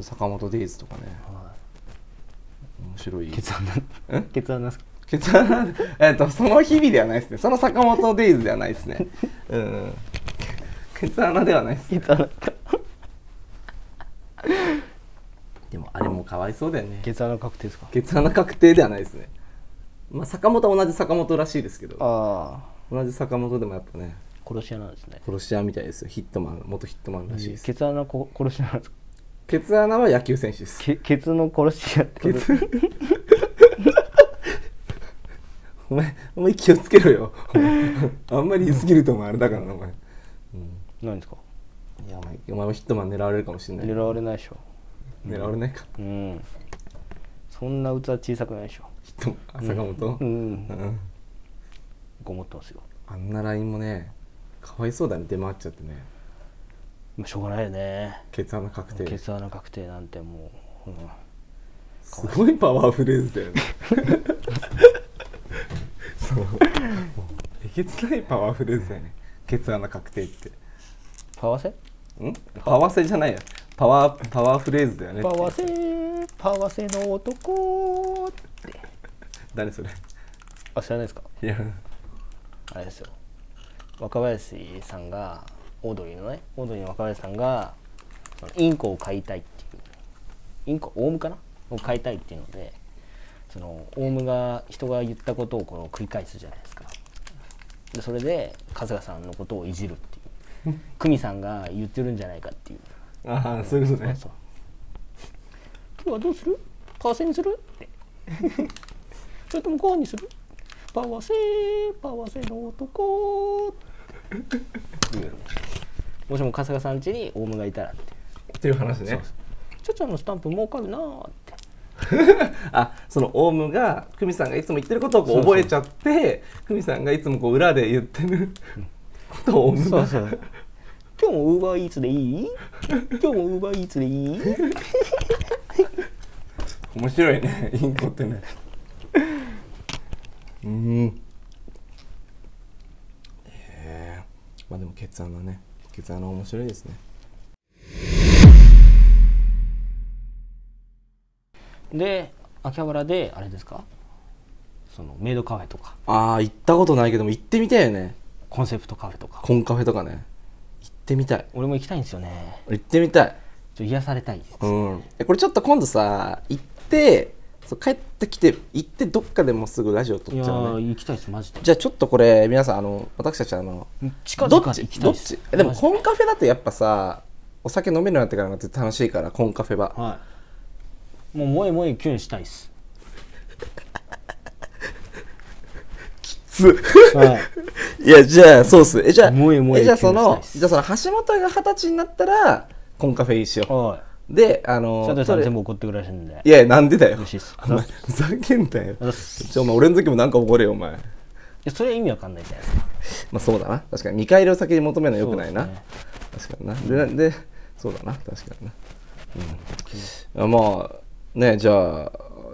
坂本デイズとかね、面白い
ツ案なんケツ案なんすか
ケツえっとその日々ではないですねその坂本デイズではないです ねうんケツ穴ではないです
ケツ案
でもあれもかわいそうだよね
ケツ穴確定ですか
ケツ穴確定ではないですねまあ坂本は同じ坂本らしいですけど
ああ
同じ坂本でもやっぱね
殺し屋なんですね
殺し屋みたいですよヒットマン元ヒットマンらしいです
ケツ穴こ殺し屋なんですか
ケツ穴は野球選手です
ケケツの殺し屋ってことですか
お前お前気をつけろよあんまり言い過ぎるとお前あれだからなお前
何ですか
いやお前お前もヒットマン狙われるかもしれない
狙われないでしょ
狙われないか
うんそんな器小さくないでしょ
ヒットマン坂本、
うん
うん
ごもっとますよ
あんなラインもねかわいそうだね出回っちゃってね
まあしょうがないよね
ケツ穴確定
ケツ穴確定なんてもう、うん
すごいパワーフレーズだよね そうもうえげつないパワーフレーズだよねケツ穴確定って
パワセ
んパワーセじゃないやパワーパワーフレーズだよねって
パワセパワセの男って
誰それ
あ知らないですか
いや
あれですよ若林さんがオードリーのねオードリーの若林さんがそのインコを飼いたいっていうインコオウムかなを飼いたいっていうのでそのオウムが人が言ったことをこの繰り返すじゃないですかでそれで春日さんのことをいじるっていう久美さんが言ってるんじゃないかっていう
ああそういうことね
そう今日はどうするパワセにす るってそれともご飯にするパワセパワセの 男いうねもしも春日さん家にオウムがいたらって
っていう話ね
「ちょちゃんのスタンプ儲かるな」 って
あそのオウムが久美さんがいつも言ってることをこう覚えちゃって久美さんがいつもこう裏で言ってることをオウムが
う今日もウーバーイーツでいい今日もウーバーイーツでいい
面白いね インコってねうんえー、まあでもケツ穴ねケツ穴面白いですね
で秋葉原であれですかそのメイドカフェとか
ああ行ったことないけども行ってみたいよね
コンセプトカフェとか
コンカフェとかね行ってみたい
俺も行きたいんですよね
行ってみたい
ちょっと癒されたいです
うんえこれちょっと今度さ行ってそう帰ってきて行ってどっかでもうすぐラジオ撮
い
っ
や
ちゃうね
ー行きたいですマジで
じゃあちょっとこれ皆さんあの私たちあの
近
ど
々
っ
行
ち
きた
ど
い
っ
です
ちえでも
マジ
コンカフェだとやっぱさお酒飲めるようになってからのが楽しいからコンカフェは
はいもう萌え萌えキュンしたいっす
つ
はい
いやじゃあそうっすえじゃあ
萌え萌え
じゃあそ
キュンしたい
の
っす
じゃあその橋本が二十歳になったらコンカフェいいしよ
は
うであ
い
の
佐藤さ
そ
ん
れ
全部怒ってくれらしいんで
いやいやなんでだよ
嬉しいっす
お前ふざけんなよ
あざっすい
じゃあお前俺の時もなんか怒れよお前
やそれは意味わかんないじゃないですか
まあそうだな確かに見返りを先に求めるのよくないな、
そうで
確かになでなんでそうだな確かになうんあまあねじゃあ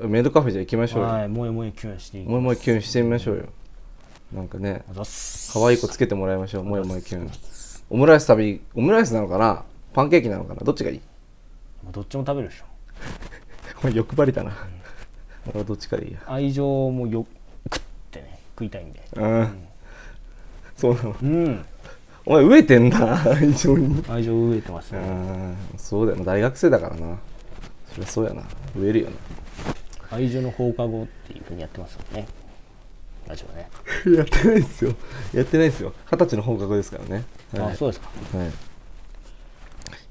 メイドカフェじゃあ行きましょうよ
はい萌え萌えキュンしていき
もえもえキュンしてみましょうよなんかね
あざっす
可愛い子つけてもらいましょうもえもえキュンオムライス食べにオムライスなのかなパンケーキなのかなどっちがいい
もうどっちも食べるでしょ
お前欲張りだな俺はどっちかでいいや
愛情もよくってね食いたいんで
うんそうなの
うん
お前飢えてんな非常に
愛情飢えてます
う
ね
んそうだよな大学生だからなそりゃそうやな飢えるよな
愛情の放課後っていうふうにやってますよねラジオね
やってないですよ。やってないですよ。二十歳の放課後ですからね。はい
あそうですか
はい、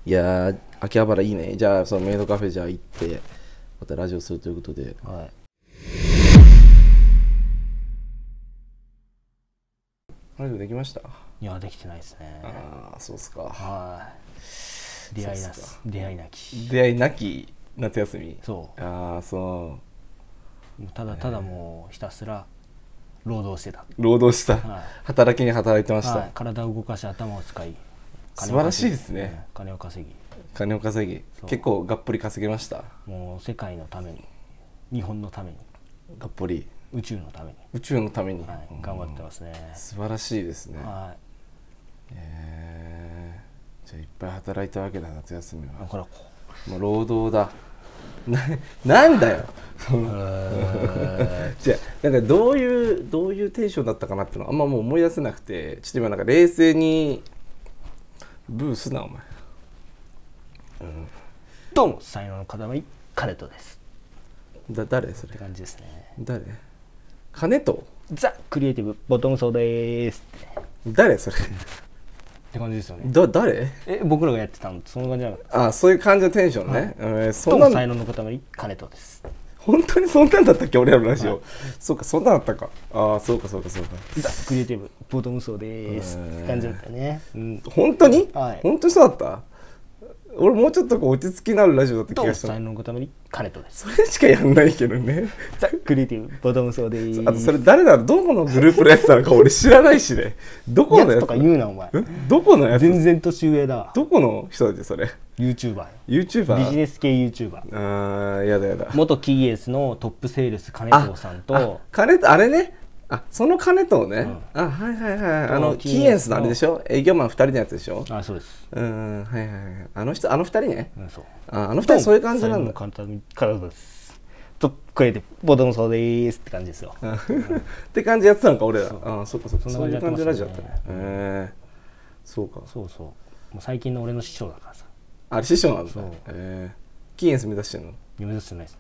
いやー、秋葉原いいね。じゃあ、そのメイドカフェじゃあ行って、またラジオするということで。
はい
ラジオできました。
いやできてないですね
ああ、そうっすか。
はい出会いな
そうっす
す出会いなき
出会いなき夏休み。
そう
ああ、そ
もうただただもうひたすら労働してた、
労働した、
はい
働きに働いてました、
はい、体を動かし頭を使い
素晴らしいですね
金を稼ぎうん金を稼
金を稼ぎ
そう
結構がっぽり稼げました
ぎもう世界のために日本のために
がっぽり
宇宙のために、
宇宙のために、
はい
うん、
頑張ってますね、
素晴らしいですね、
はい
えーじゃあいっぱい働いたわけだ夏休み
だ
は
からこ
もう労働だななんだよそうの
え
じゃあなんかどういうどういうテンションだったかなってのはあんまもう思い出せなくてちょっと今なんか冷静にブーすなお前
ーどうも才能の塊彼とです
だ誰そ
って
れ
感じですね
誰金と
ザ・クリエイティブボトムソーでーすって
誰それ
って感じですよね
だ誰
え僕らがやってたのその感じなの
あそういう感じのテンションね、えーそ
どうん
な
も
ん
才能の塊彼とです
本当にそんなんだったっけ俺らのラジオ、そうかそんなんだったかああそうかそうかそうか
ザ・クリエイティブボトムソーでーすって感じだったね、うん、
本当に、
はい
本当にそうだった俺もうちょっとこう落ち着きのあるラジオだった
どう
気
も
がした
才能の塊彼とです
それしかやんないけどね
ザ・クリエイティブボトムソーでーす
あとそれ誰だどこのグループのやつなのか俺知らないしね どこ
や
のや
つ
つ
とか言うなお前
んどこのやつ
全然年上だわ
どこの人たちそれ
YouTuber よ
YouTuber
ビジネス系 YouTuber
あーやだやだ
元キーエースのトップセールス金藤さん
あ
と
金とあれねあその金とね、あはいはいはいあの
と
キーエンスのあれでしょ営業マン2人のやつでしょ
あそうです
うんはいはいはいあの人あの2人ね
うんそう
ああの2人そういう感じなんだ
簡単に体ですとこれでボトムソーでーすって感じですよ
うん って感じやってたのか俺らああそっかそっか
そ
そうんいう
な感
感
じ
じ
やってましたね
のラジオだったねへえそうか
そうそうもう最近の俺の師匠だからさ
あれ師匠なんだ
そう
へえキーエンス目指してんの
夢出してないですね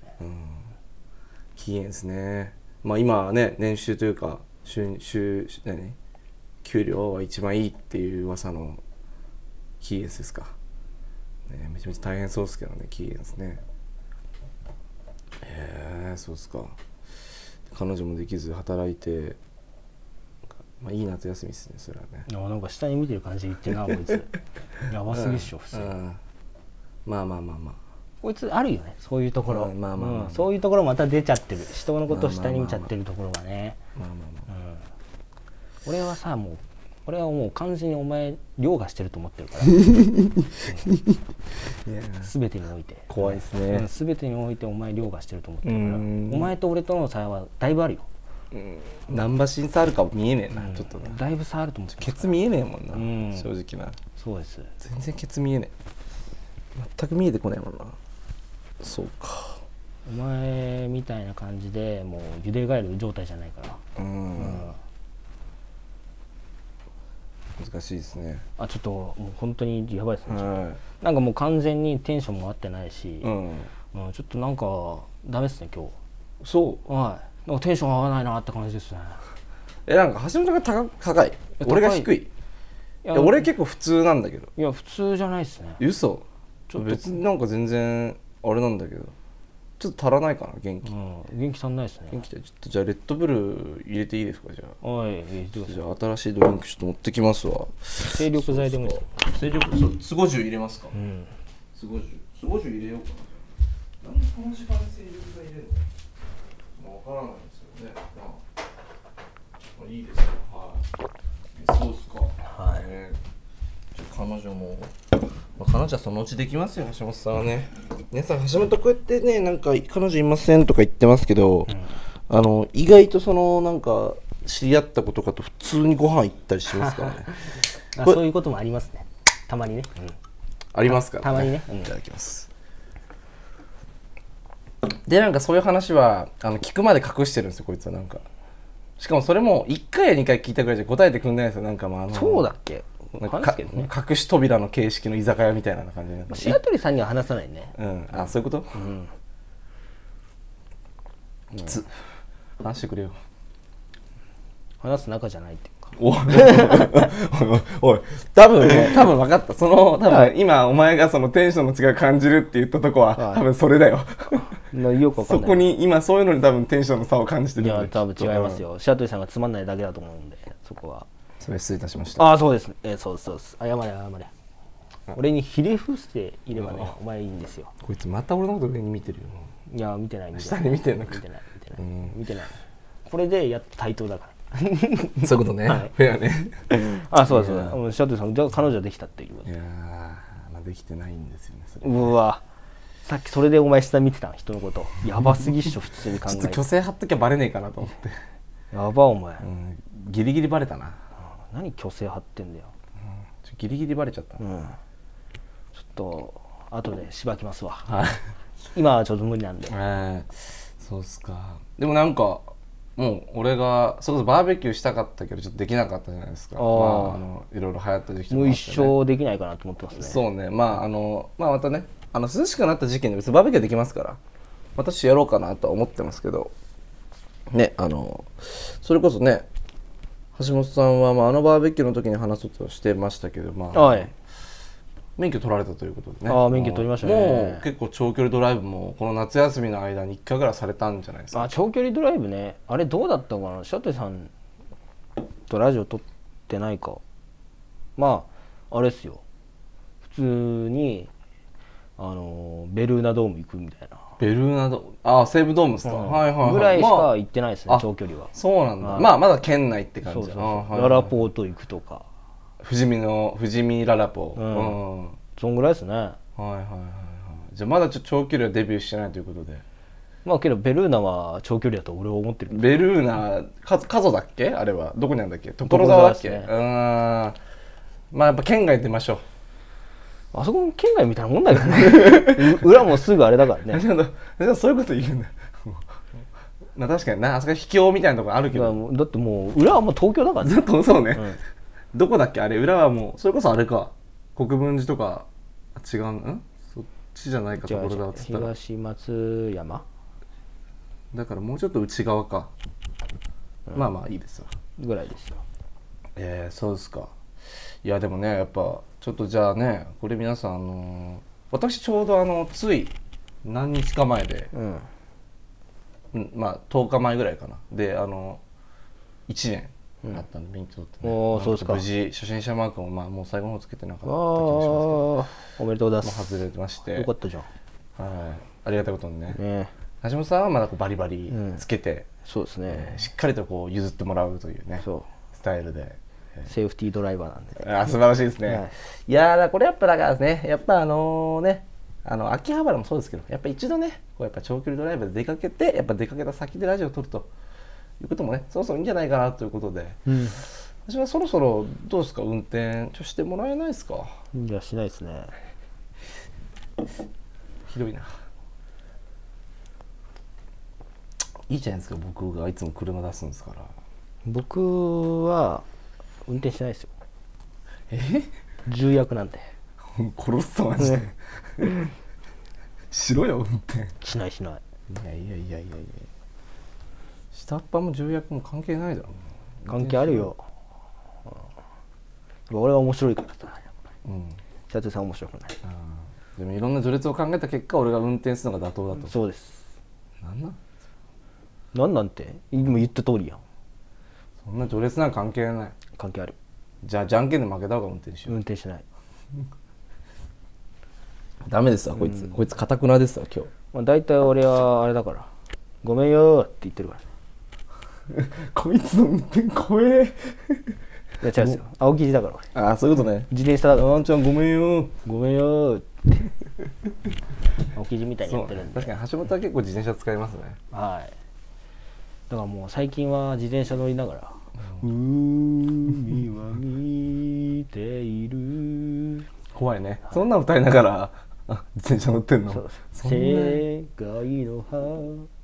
期限ですねまあ今はね年収というか収収何給料は一番いいっていう噂のキーエンスですか、ね、めちゃめちゃ大変そうですけどねキーエンスねへえそうですか彼女もできず働いてまあいい夏休みですねそれはね
いやなんか下に見てる感じ言ってるなこい つやばすぎっしょ普通
うんまあまあまあまあ
こいつあるよねそういうところ
うんまあまあまあ
うんそういうところまた出ちゃってる人のことを下に見ちゃってるところがね
まあまあまあ
うん俺はさもう俺はもう完全にお前凌駕してると思ってるから
いや
全てにおいて
怖いです
う
ね
ん、全てにおいてお前凌駕してると思ってるから
う
お
ん
前と俺との差はだいぶあるよ、
難波審査あるか見えねえな、
うん
ちょっとな
だいぶ差あると思って
ケ
る
ツ見えねえもんな、
うん
正直な
そうです
全然ケツ見えねえ全く見えてこないもんなそうか
お前みたいな感じでもう茹でガエル状態じゃないから、
うん、
うん
難しいですね
あちょっともう本当にやばいですね、
は
なんかもう完全にテンションも合ってないし
い、、うん、
うんちょっとなんかダメですね今
そ
日はいなんかテンション合わないなって感じですね
うえなんか橋本が高高い俺が低いい
い
や俺結構普通なんだけど
いや普通じゃないですね
嘘
ちょっと
別になんか全然あれなんだけどちょっと足らないかな元
う
気、
ん元気さんないです
元
ね
気でちょっとじゃあレッドブル入れていいですかじゃあ
おい言ってくだ
じゃあ新しいドリンクちょっと持ってきますわ
さい精力剤でもいいです
勢力そうスゴジュ入れますか
うん
スゴジュスゴジュ入れようかななんでこの時間に勢力剤入れるのわからないですよねまあいいですよはいそうっすかはい、ねじゃあ彼女も、まあ、彼女はそのうちできますよ橋本さんはね皆さん橋本こうやってねなんか彼女いませんとか言ってますけど、あの意外とそのなんか知り合った子とかと普通にご飯行ったりしますからね
あ
これ
そういうこともありますねたまにね、
ありますから、
たまにねうん
いただきますでなんかそういう話はあの聞くまで隠してるんですよこいつはなんかしかもそれも1回や2回聞いたぐらいじゃ答えてくんないんですよなんかまああの
そうだっけ
なんか
話すけどね
か隠し扉の形式の居酒屋みたいな感じになって
白鳥さんには話さないね
うんあそういうこと、
ん
きつ話してくれよ
話す仲じゃないっていうか
おい おい多分ね多分分かったその多分今お前がそのテンションの違い感じるって言ったとこは
はい
多分それだよ
まあよくわかん
そ
ない
こに今そういうのに多分テンションの差を感じて
い
るんだ
や
ね
多分違います、よ白鳥さんがつまんないだけだと思うんでそこは
うんそれ失礼いたしました
ああそうですねえーそうですそうです謝れ謝れ俺にひれ伏していればねお前いいんですよ
こいつまた俺のこと上に見 てるよ
いや見てない見て
下
ない
に見てんのか
見てない見てない見てないこれでやっと対等だから
そういうことね、
はい
フェアね
あそうですね
いや
シャトルさんじゃあ彼女できたっていう
いやー、まあ、できてないんですよねそれ
うわさっきそれでお前下見てたん人のことやばすぎっしょ普通に考
ちょっと
えて
虚勢張っときゃバレねえかなと思って、
やばお前、
うん、ギリギリバレたな
何虚勢張ってんだよ
ちょギリギリバレちゃった
う
な、
んちょっと後でしばきますわ
はい
今はちょっと無理なんで
ええそうっすかでもなんかもう俺がそれこそバーベキューしたかったけどちょっとできなかったじゃないですか
あー
まあ、あのいろいろ流行った時期
もう
あ
一
ね
生できないかなと思ってますね
そうねまああのまあまたねあの涼しくなった時期に別にバーベキューできますからまたちょっとやろうかなとは思ってますけどねあのそれこそね橋本さんは、まあ、あのバーベキューの時に話そうとしてましたけどまあ、
はい
免許取られたということでね
ああ免許取りましたね
もう結構長距離ドライブもこの夏休みの間に1回ぐらいされたんじゃないですか
あ長距離ドライブねあれどうだったのかなシャテさんとラジオ撮ってないかまああれっすよ普通にあのベルーナドーム行くみたいな
ベルーナドああ西武ドームですか、はいはいはい
ぐらいし
ま
か
あ
行ってないですね、
あ
長距離は
そうなんだ、
はい
まあまだ県内って感
そう
じ
そう
だ
そ
ああはいう
ララポート行くとか
富士見の富士見ララポ、
う
うんん
そんぐらいですね
はいはいはいはいじゃあまだちょっと長距離はデビューしてないということで
まあけどベルーナは長距離だと俺は思ってる
ベルーナか加須だっけあれはどこにあるんだっけ所沢だっ
所
け、
沢
う
ですね
ーんまあやっぱ県外出ましょ
あそこも県外みたいなもんだけどね う裏もすぐあれだから
う、
ね
なるほどじゃあそういうこと言うんだ まあ確かになあそこ秘境みたいなとこあるけ
だから
ど
もうだってもう裏はもう東京だ からね
ずっとそうね、
ん
どこだっけあれ裏はもうそれこそあれか国分寺とかあ違うんそっちじゃないか
じゃあ
所沢っつったら
東松山
だからもうちょっと内側か、まあまあいいですわ
ぐらいですよ
えー、そうですかいやでもねやっぱちょっとじゃあねこれ皆さん、あのー私ちょうどあのつい何日か前で、
うん
うんまあ10日前ぐらいかなであの1年だったんで、勉強って、ね、
おーそうですか
無事初心者マークも、まあ、もう最後の方つけてなかった
あ
気
あ
もします
おめでとうござい
け
ま
どもう
す
外れてまして
よかったじゃん
はい、ありがたいことにね、
ね
橋本さんはまだこうバリバリ
うん
つけて、
そうです
え
ね
ーしっかりとこう譲ってもらうというね
そ
スタイルで
うセーフティードライバーなんで
あ素晴らしいですね。
はい
い、やーだこれやっぱだからですねやっぱあのねあの秋葉原もそうですけどやっぱ一度ねこうやっぱ長距離ドライブで出かけてやっぱ出かけた先でラジオを撮るということもねそろそろいいんじゃないかなということで
うん
私はそろそろどうですか運転ちょしてもらえないですか
いやしないですね
ひどいな。いいじゃないですか僕がいつも車出すんですから。
僕は運転しないですよ
え
重役なんで
殺すとマ ジで。しろよ運転。
しないしない
いやいやいやいやいや下っ端も重役も関係ないだろ
関係あるようん俺は面白いからさ
うん
社長さんは面白くない
あーでもいろんな序列を考えた結果俺が運転するのが妥当だと、
そうです
なんなん
なんなんて今言った通りやん
そんな序列なんか関係ない
関係ある
じゃあじゃんけんで負けた方が運転しよう、
運転しない
ダメですわこいつ、こいつかたくなですわ今
まあ、大体俺はあれだから「ごめんよ」って言ってるから
日こいつの運転怖え
いや違うんですよ青生地だから俺
ああそういうことね
自転車だから
あんちゃんごめんよ
「ごめんよ」って 青生地みたいに
そ
やっ
う
てる
ね
んで、
確かに橋本は結構自転車使いますね
はいだからもう最近は自転車乗りながら「海は見ている
怖いね、そんな歌いなが らあ自転車乗ってんの
そう
そんな
世界の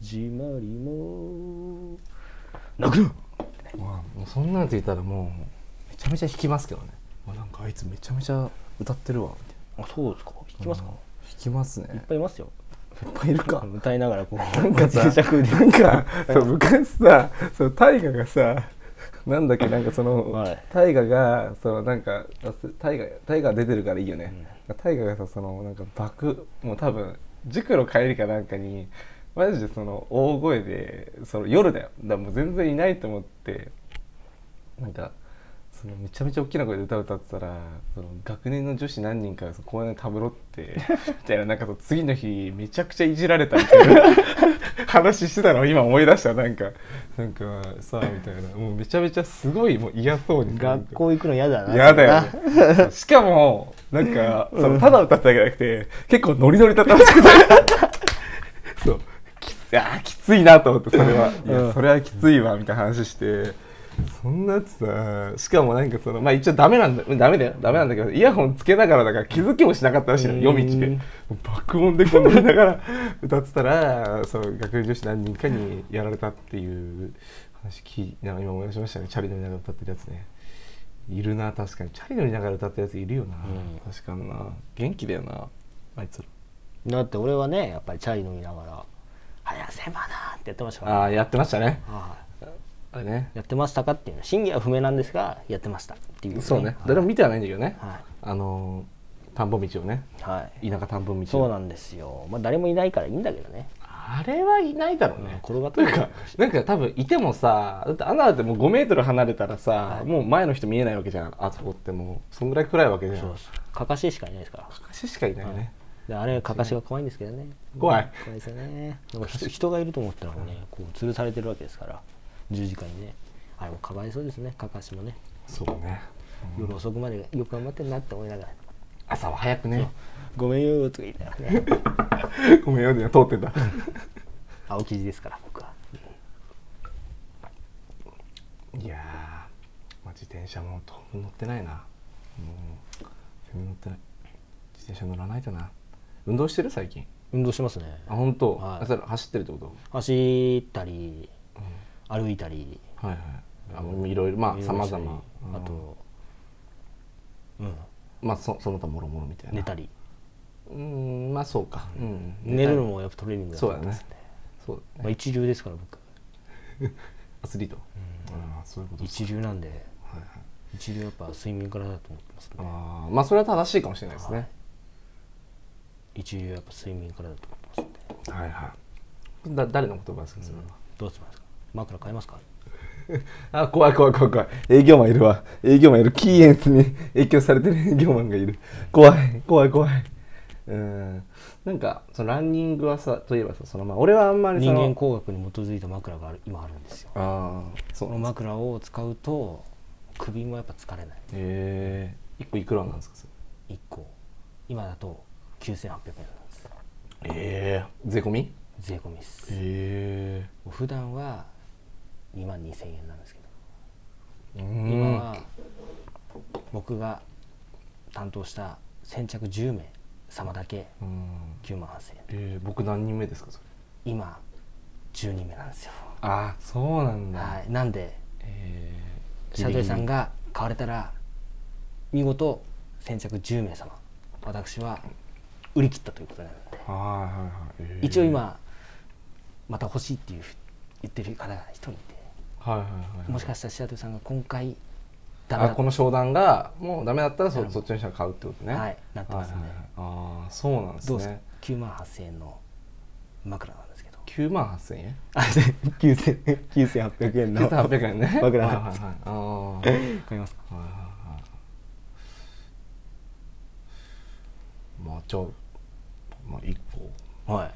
始まりもなくなる
まあ、もうそんなんて言ったらもうめちゃめちゃ弾きますけどね、まあ、なんかあいつめちゃめちゃ歌ってるわみたい
あそうですか弾きますか、
な弾きますねい
いっぱいいますよ
っぱいいるか
歌いながらこう
なんか
自
さ
転車空で
なんかそう昔さそう大河がさなんだっけなんかその
はい
大河がそのなんか大河大河出てるからいいよね大河がさそのなんか爆もう多分塾の帰りかなんかにマジでその大声でその夜だよだからもう全然いないと思ってなんかそそのめちゃめちゃ大きな声で歌歌ってたらその学年の女子何人かがその公園でたむろってみたいななんかその次の日めちゃくちゃいじられたみたいな 話してたのを今思い出したなんかなんかさあみたいなもうめちゃめちゃすごいもう嫌そうになん
学
か
校行くの嫌だな
嫌だよね、 そうしかもなんかそのただ歌ってただけじゃなくて結構ノリノリだったらしく てそうきつあーきついなと思ってそれは、いやそれはきついわみたいな話してそんなやつさしかもなんかそのまあ一応ダメなんだダメだよダメなんだけどイヤホンつけながらだから気づきもしなかったらしいの
う
夜
ん
道で爆音でこう乗りながら 歌ってたらそう学園女子何人かにやられたっていう話聞いなんか今思い出しましたねチャリ乗りながら歌ってるやつね。いるな確かにチャリ乗りながら歌ったやついるよな、
うん
確かにな元気だよなあいつら
だって俺はねやっぱりチャリ乗りながら「早せばな」ってやってましたから、
ああやってましたね
はい
あれね
やってましたかっていうのは真偽は不明なんですがやってましたっていう、
そうね
はい
誰も見てはないんだけどね、
は
あのー田んぼ道をね
い、はい
田舎田んぼ道を
そうなんですよまあ誰もいないからいいんだけどね
あれはいないだろう
うん
ね、
転がって
と
る
いうかなんか多分いてもさだってあんなだってもう5メートル離れたらさ、
い
もう前の人見えないわけじゃんあそこってもうそんぐらい暗いわけじゃん
そうそうかかししかいないですから
かかししかいないね、
であれかかしが怖いんですけどね
怖い
怖いですよねでも人人がいると思ったらもうねこう吊るされてるわけですから十字架にねあれもかわいそうですねかかしもね
そうね
夜遅くまでよく頑張ってんなって思いながら
朝は早くね
「ごめんよ」とか言いながらね
ごめんよね通ってた
青生地ですから僕はい
やー、まあ、自転車も当分乗ってないなもう全然乗ってない自転車乗らないとな運動してる最近
運動してますね
あ本当、
はい
あそれ走ってるってこと
走ったり歩いたり
はいはいあもういろいろまあさまざま
あとうん
まあそその他もろもろみたいな
寝たり
うーんまあそうか、うん、
寝
た
るのもやっぱトレーニングだと思いますね
そうだね
まあ一流ですから僕
アスリート、ああそういうことです
一流なんで
はいはい
一流やっぱ睡眠からだと思ってますね
ああまあそれは正しいかもしれないですね、
一流はやっぱ睡眠からだと思ってますね
はいはいだ誰の言葉ですかそれは、
どうしますか枕買いますか
あ怖い怖い怖い怖い営業マンいるわ営業マンいるキーエンスに 影響されてる営業マンがいる怖い怖い怖いうーんなんかそのランニングはさといえばさそのまあ俺はあんまりそ
人
の
間工学に基づいた枕がある今あるんですよ
ああそ
こ
う
の枕を使うと首もやっぱ疲れない
へえ1個いくらなんですかそ
1個今だと9800円なんです
れええ税込み
税込みです
え
普段は2万2000円なんですけど、
え
今
今
は僕が担当した先着10名様だけ
うん
9万8000円
ええ僕何人目ですかそれ
今10人目なんですよ、
ああそうなんだ、
はい、なんで
ええ
シャトレさんが買われたら見事先着10名様私は売り切ったということになるので
はいはいはい、ええ
一応今また欲しいっていうふ言ってる方が一人い
はいはいはいはい
てもしかしたら白鳥さんが今回ダメ
あ
だ
この商談がもうダメだったら
な
そ
るほ
そ
ど
っちの人が買うってことね
はいなってますね
はいはいはいああそうなんです
どうですか
ね
9万8000円の枕なん ですけど
9万8000円
あで9800円
9800円ね
枕
はいはい
な
は
んです
いああはいはい
買いますか
はいまあじゃあまあ1個
は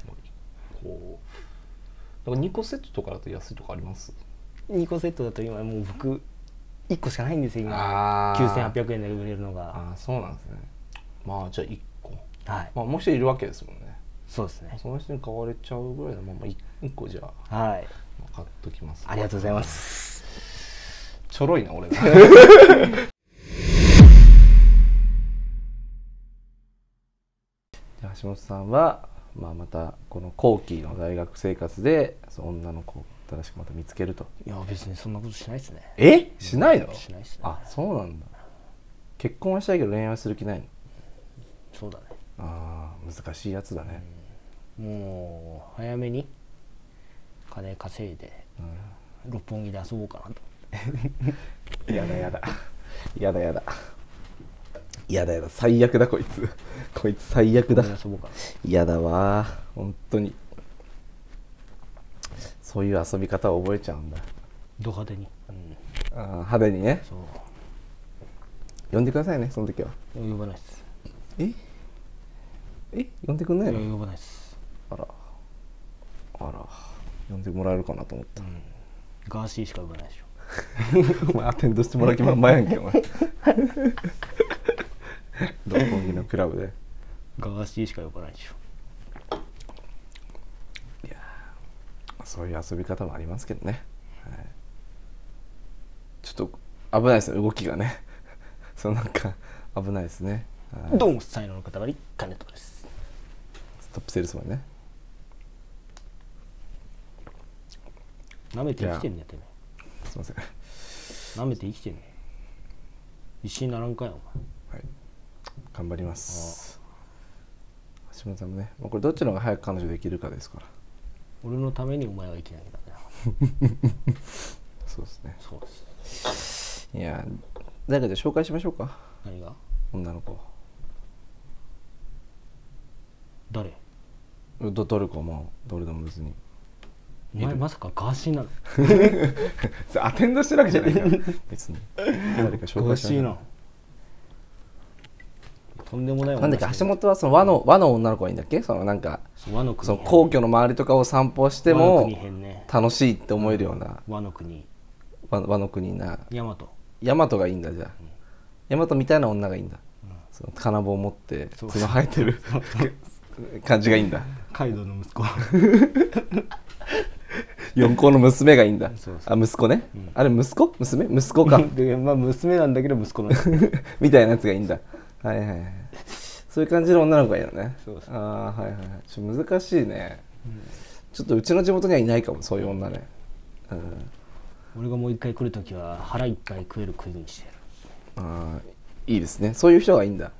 こうだから2個セットとかだと安いとかあります
い2個セットだと今もう僕1個しかないんですよ今
あー
9800円で売れるのが
あーそうなんですねまあじゃあ1個
はい
まあもう一人いるわけですもんね
そうですね
その人に買われちゃうぐらいのまあまあ 1, 個じゃあ
はい
まあ買っときます
ありがとうございます
ちょろいな俺が 橋本さんは、まあ、またこの後期の大学生活でその女の子を新しくまた見つけると
いや別にそんなことしないですね
えしないの
しないですね
あそうなんだ結婚はしたいけど恋愛はする気ないの
そうだね
あー難しいやつだね、
もう早めに金稼いで六本木で遊ぼうかなと
やだやだ やだやだやだやだ最悪だこいつこいつ最悪だ
六本木で遊ぼうかな
嫌だわ本当にそういう遊び方を覚えちゃうんだ
ド派手に、うん、
あー派手にね
そう
呼んでくださいねその時は
呼ばないです
ええ呼んでくんないの、
呼ばないです、
あらあら呼んでもらえるかなと思った
うん、ガーシーしか呼ばないでしょ
お前アテンドしてもらう気満々やんけお前六本木のクラブで
ガーシーしか呼ばないでしょ
そういう遊び方もありますけどね、はいちょっと危ないですね動きがね そうなんか危ないですね、はい
どうも才能の塊金とです
トップセールスマンね
なめて生きてんねてめ
すいませんは
えなめて生きてんね一心ならんかよお前
い頑張ります橋本さんもね、まあ、これどっちの方が早く彼女できるかですから
俺のためにお前は生きなきゃダメだ
そうですね
そうです
いや誰かじゃあ紹介しましょうか
何が
女の子
誰
どどれかもどれでも別に
お前まさかガーシーなの
アテンドしてるわけじゃないから 別に誰か
ガ
紹
ー
介し
シ
ましょ
ー
う
なとんでもない
なんだっけ橋本はその和の和の女の子がいいんだっけそのなんか
そう和の国
その皇居の周りとかを散歩して
和の
も
国編ね
楽しいって思えるような
和の国
和和の国な
大和
大和がいいんだじゃあ大和みたいな女がいいんだその金棒を持って
そう
角生えてる感じがいいんだ
カイドウの息子
四皇の娘がいいんだ
そうそ
あ息子ねあれ息子娘息子か
でまあ娘なんだけど息子なんだ
みたいなやつがいいんだはいはいはいそういう感じの女の子がいいのね
そうそ
ああはいはいはいちょっと難しいね、ちょっとうちの地元にはいないかもそういう女ね、うん、
俺がもう一回来るときは腹いっぱい食える食いにしてやる
あーいいですねそういう人がいいんだ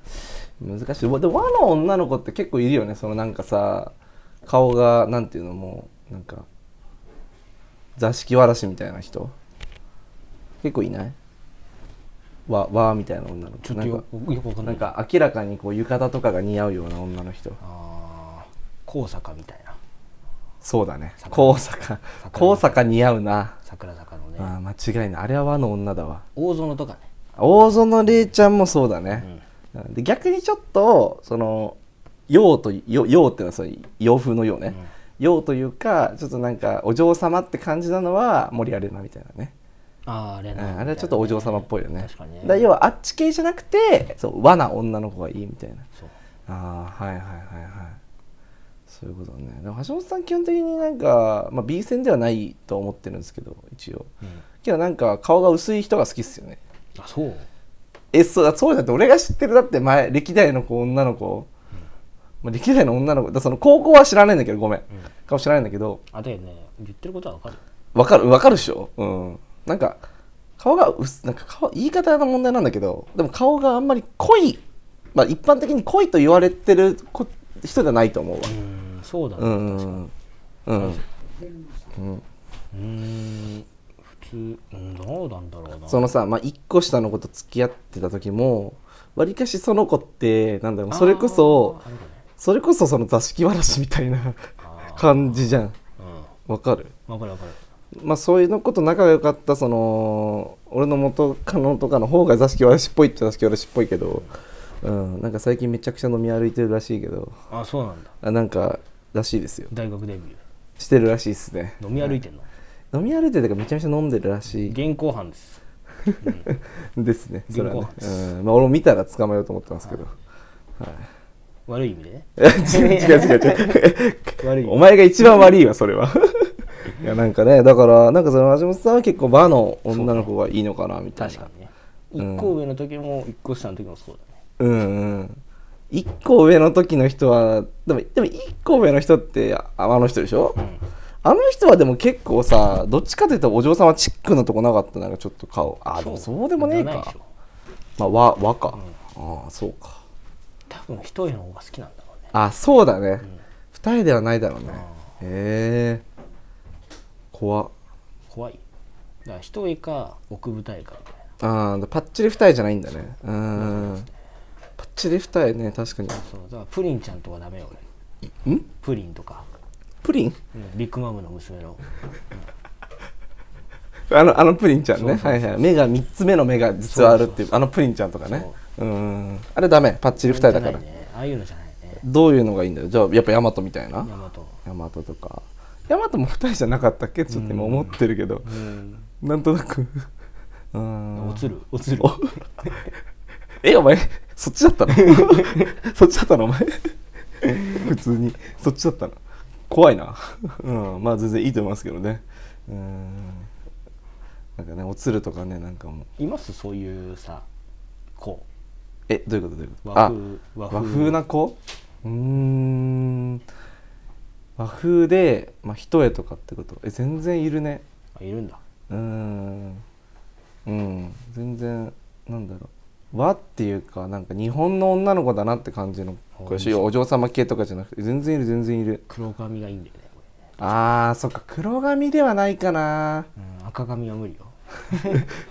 難しいわでも和の女の子って結構いるよねそのなんかさ顔がなんていうのもうなんか座敷わらしみたいな人結構いない和和みたいな女の子
ちょっとよよくわか
なん
ん
かな
ない
んか明らかにこう浴衣とかが似合うような女の人
ああ高坂みたいな
そうだね
桜
高坂高坂似合うな
桜坂のね
あー間違いないあれは和の女だわ
大園とかね
大園玲ちゃんもそうだね、で逆にちょっとその洋と洋洋っていうのはその洋風の洋ね、洋というかちょっとなんかお嬢様って感じなのは森アレナみたいなね、
あああれ
うん
な
あれはちょっとお嬢様っぽいよね
確かにね
だら要はあっち系じゃなくてそう和な女の子がいいみたいな
そう
ああはいはいはいはいそういうことねでも橋本さん基本的になんか、まあ、B 線ではないと思ってるんですけど一応
うん
けどなんか顔が薄い人が好きっすよね
あそう
えそうだそうだって俺が知ってるだって前歴代の子女の子、まあ、歴代の女の子だその高校は知らないんだけどごめん、顔知らないんだけど
あだよね言ってることはわかる
わかるわかるっしょうんなんか顔が薄なんか顔言い方の問題なんだけどでも顔があんまり濃いまあ一般的に濃いと言われてる子人じゃないと思うわ
うんそうだね
うんうんうんうん
うーん普通うんどうなんだろうな
そのさ、まあ、1個下の子と付き合ってた時もわりかしその子ってなんだろうそれこそ
あーあるかね
それこそその座敷わらしみたいな
あ
感じじゃん
う
わかる
んわかるわかる
まあそういうのこと仲が良かったその俺の元カノとかの方が座敷わらしっぽいっちゃ座敷わらしっぽいけど、うん、なんか最近めちゃくちゃ飲み歩いてるらしいけど
あそうなんだ
あなんからしいですよ
大学デビュ
してるらしいっすね
ー飲み歩いてんの
飲み歩いてるとかめちゃめちゃ飲んでるらしい
現行犯です
ですねそれは
銀
ね
行、
うんまあ、俺も見たら捕まえようと思ってますけど、
悪い意味でね
違う違う違う
悪い意味
お前が一番悪いわそれは いやなんかねだからなんかその橋本さんは結構バーの女の子がいいのかなみたい
確
な
かにね
うん
一個上の時も一個下の時もそうだね
うんうん一個上の時の人はでもでも一個上の人ってああの人でしょ、あの人はでも結構さどっちかというとお嬢様チックなとこなかったなんかちょっと顔あでもそうでもねえ
じゃない
か
しょ
まあ和和か、ああそうか
多分一重の方が好きなんだろうね
あそうだね、二重ではないだろうねへえ怖っ
怖いだから一重か奥舞台かみたいな
ああパッチリ二重じゃないんだねうんパッチリ二重ね確かに
そうだからプリンちゃんとかダメよ
ん
俺プリンとか
プリン
うんビッグマムの娘の
あのあのプリンちゃんね
そうそう
はいはい目が3つ目の目が実はあるっていうあのプリンちゃんとかねうんあれダメパッチリ2人だから、
ねああいうのじゃないね
どういうのがいいんだよじゃあやっぱヤマトみたいな
大和
ヤマトとかヤマトも2人じゃなかったっけちょっと今思ってるけど
うん
なんとなくうん
おつるおつる
えお前そっちだったの そっちだったのお前普通にそっちだったの怖いなうんまあ全然いいと思いますけどねうんなんかねおつるとかねなんかもう
いますそういうさこ
えどういうことどういうこと
和風
あ
和
和
風
風な子うーん和風で、まあ、一重とかってことえ全然いるね
うあいるんだ
うーんうん全然なんだろう和っていうかなんか日本の女の子だなって感じの
あ
これしお嬢様系とかじゃなくて全然いる全然いる
黒髪がいいんだよねこ
あーそっか黒髪ではないかな
れね、うん、赤髪は無理よ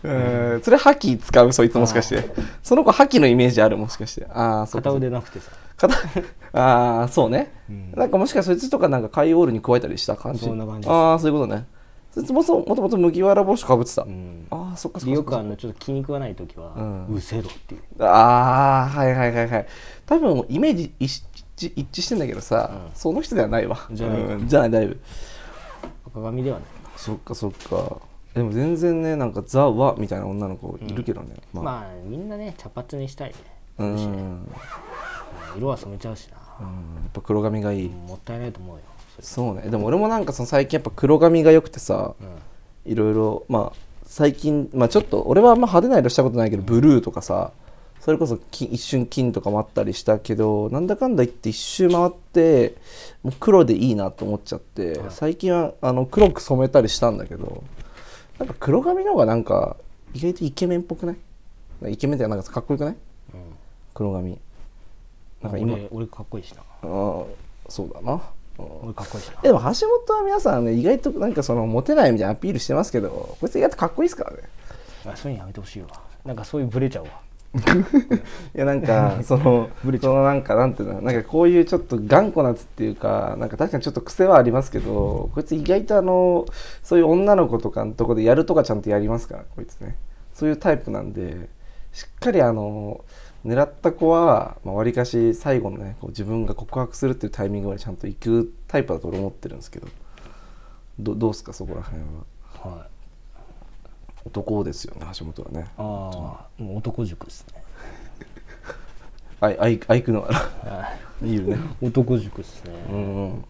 うんそれ覇気使うそいつもしかしてその子覇気のイメージあるもしかしてああそうか
片腕なくてさ
片 ああそうね、
うん
なんかもしかしたらそいつとかなんかカイオールに加えたりした感じ
そんな感じです
ああそういうことねそいつもそうもともと麦わら帽子かぶってた、
うん
ああそっかそ
で
っ
よ
かそっか
くあのちょっと気に食わない時
う
は
ん
「うせろ」っていう
ああはいはいはいはい多分イメージ一致一致してんだけどさ、
うん
その人ではないわ
じゃないか
うんじゃないだいぶ
赤髪ではない
そっかそっかでも全然ねなんかザ・ワみたいな女の子いるけどね、
まあ、
まあ、
みんなね茶髪にしたいね
うんや
色は染めちゃうしな、
っぱ黒髪がいい、
もったいないと思うよそれ
そうねでも俺もなんかその最近やっぱ黒髪が良くてさ、
うん
いろいろまあ最近まあちょっと俺はあんま派手な色したことないけどブルーとかさそれこそ金一瞬金とかもあったりしたけどなんだかんだ言って一周回ってもう黒でいいなと思っちゃって
はい
最近はあの黒く染めたりしたんだけどなんか黒髪の方がなんか意外とイケメンっぽくないイケメンってなんかかっこよくない
うん
黒髪なんか今
俺俺かっこいいしな
あーそうだなうん
俺かっこいいしな
でも橋本は皆さんね意外となんかそのモテないみたいなアピールしてますけどこいつ意外とかっこいいですからね
あそういうのやめてほしいわなんかそういうブレちゃうわ
いやなんかそのそのなんかなんていうのなんかこういうちょっと頑固なやつっていうかなんか確かにちょっと癖はありますけどこいつ意外とあのそういう女の子とかのとこでやるとかちゃんとやりますからこいつねそういうタイプなんでしっかりあの狙った子はわり、割かし最後のねこう自分が告白するっていうタイミングまでちゃんと行くタイプだと俺思ってるんですけどどどうですかそこら辺は
はい
男ですよね橋本はね
ああもう男塾ですね
あいあいあいくの
はい
いるね
男塾ですね、
うん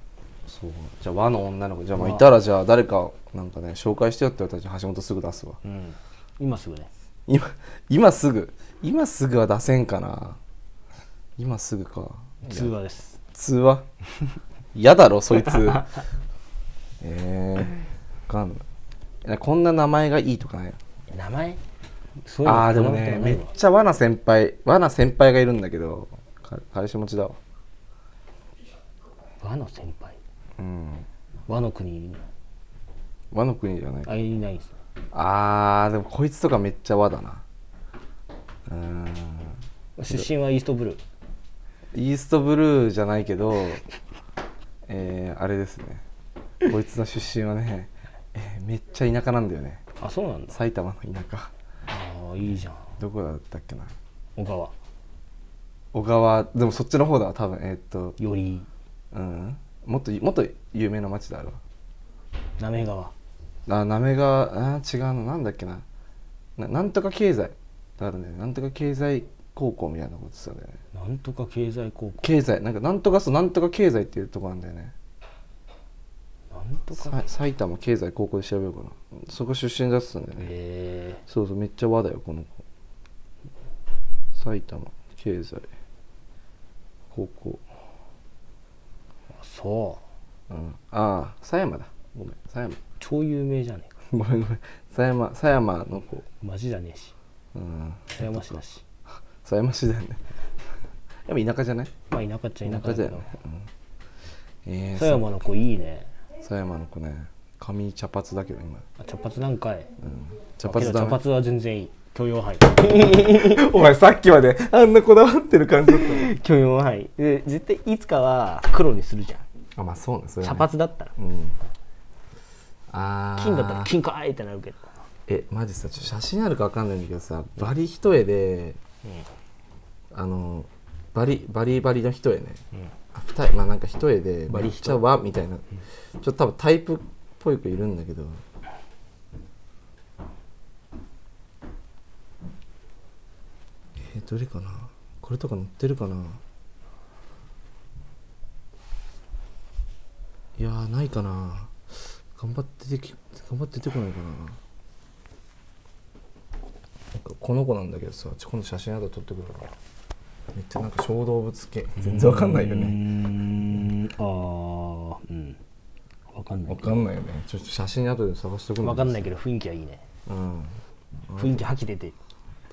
そうじゃあ和の女の子じゃあまあいたらじゃあ誰かなんかね紹介してよって言われたら橋本すぐ出すわ
うん、今すぐね
今今すぐ今すぐは出せんかな今すぐか
通話です
通 話嫌だろそ いつええー、わかんないえこんな名前がいいとかない
名前そういうの
ああーでも
考えた
ね
ことな
め
い
っ
わ
ちゃ罠先輩罠先輩がいるんだけどか彼氏持ちだわ
和の先輩
うん
和の国に
和の国じゃない
あいないんですね
あーでもこいつとかめっちゃ和だなうーん
出身はイーストブルー
イーストブルーじゃないけどえー、あれですねこいつの出身はね、えーめっちゃ田舎なんだよね
あそうなんだ
埼玉の田舎
ああいいじゃん
どこだったっけな
小川
小川でもそっちの方だわ多分えーっと
より
うんもっともっと有名な町だあるわ
なめ川
あなめがあー違うのなんだっけなななんとか経済があるんだよねなんとか経済高校みたいなことしてたんだよね
なんとか経済高校
経済なんかなんとかそうなんとか経済っていうとこなんだよね
なんとか
さ埼玉経済高校で調べようかなそこ出身だってたんだよね、
へ
そうそうめっちゃ和だよこの子埼玉経済高校
えあそう
うんああ狭山だごめん狭山
超有名じゃねえか
ごめんごめん狭山狭山の子
マジじゃねえし
うん
狭山市だし
狭山市だよね やっぱ田舎じゃない
まあ田舎っちゃ
田
田舎だ
舎だ
け
よ
ど
ね、うん、えー、
狭山の子いいね
狭山の子ね髪茶髪だけど今、
あ茶髪なんかい
うん、茶
け
髪
ど
だ
茶
ね
髪は全然いい許容範囲
お前さっきまであんなこだわってる感じだっ
許容範囲で絶対いつかは黒にするじゃん
たあまあそうねそれ
茶
はね
髪だったら
うんああ
金だったら金かーいってなるけど
えマジさちょっと写真あるかわかんないんだけどさバリ一重であのバリバリバリの一重ね、
うん
あ二重まあなんか一重で
バリ一重
抹茶はみたいなちょっと多分タイプっぽい子いるんだけどえーどれかなこれとか載ってるかないやーないかな頑張ってでき頑張って出てこないかななんかこの子なんだけどさちょ今度写真後で撮ってくるからめっちゃなんか小動物系全 然わかんないよね
ねああうんわかんな
わ
い
かんないよねちょっと写真後で探してくる
わかんないいけど雰囲気はいいね
うん
雰囲気吐き出てる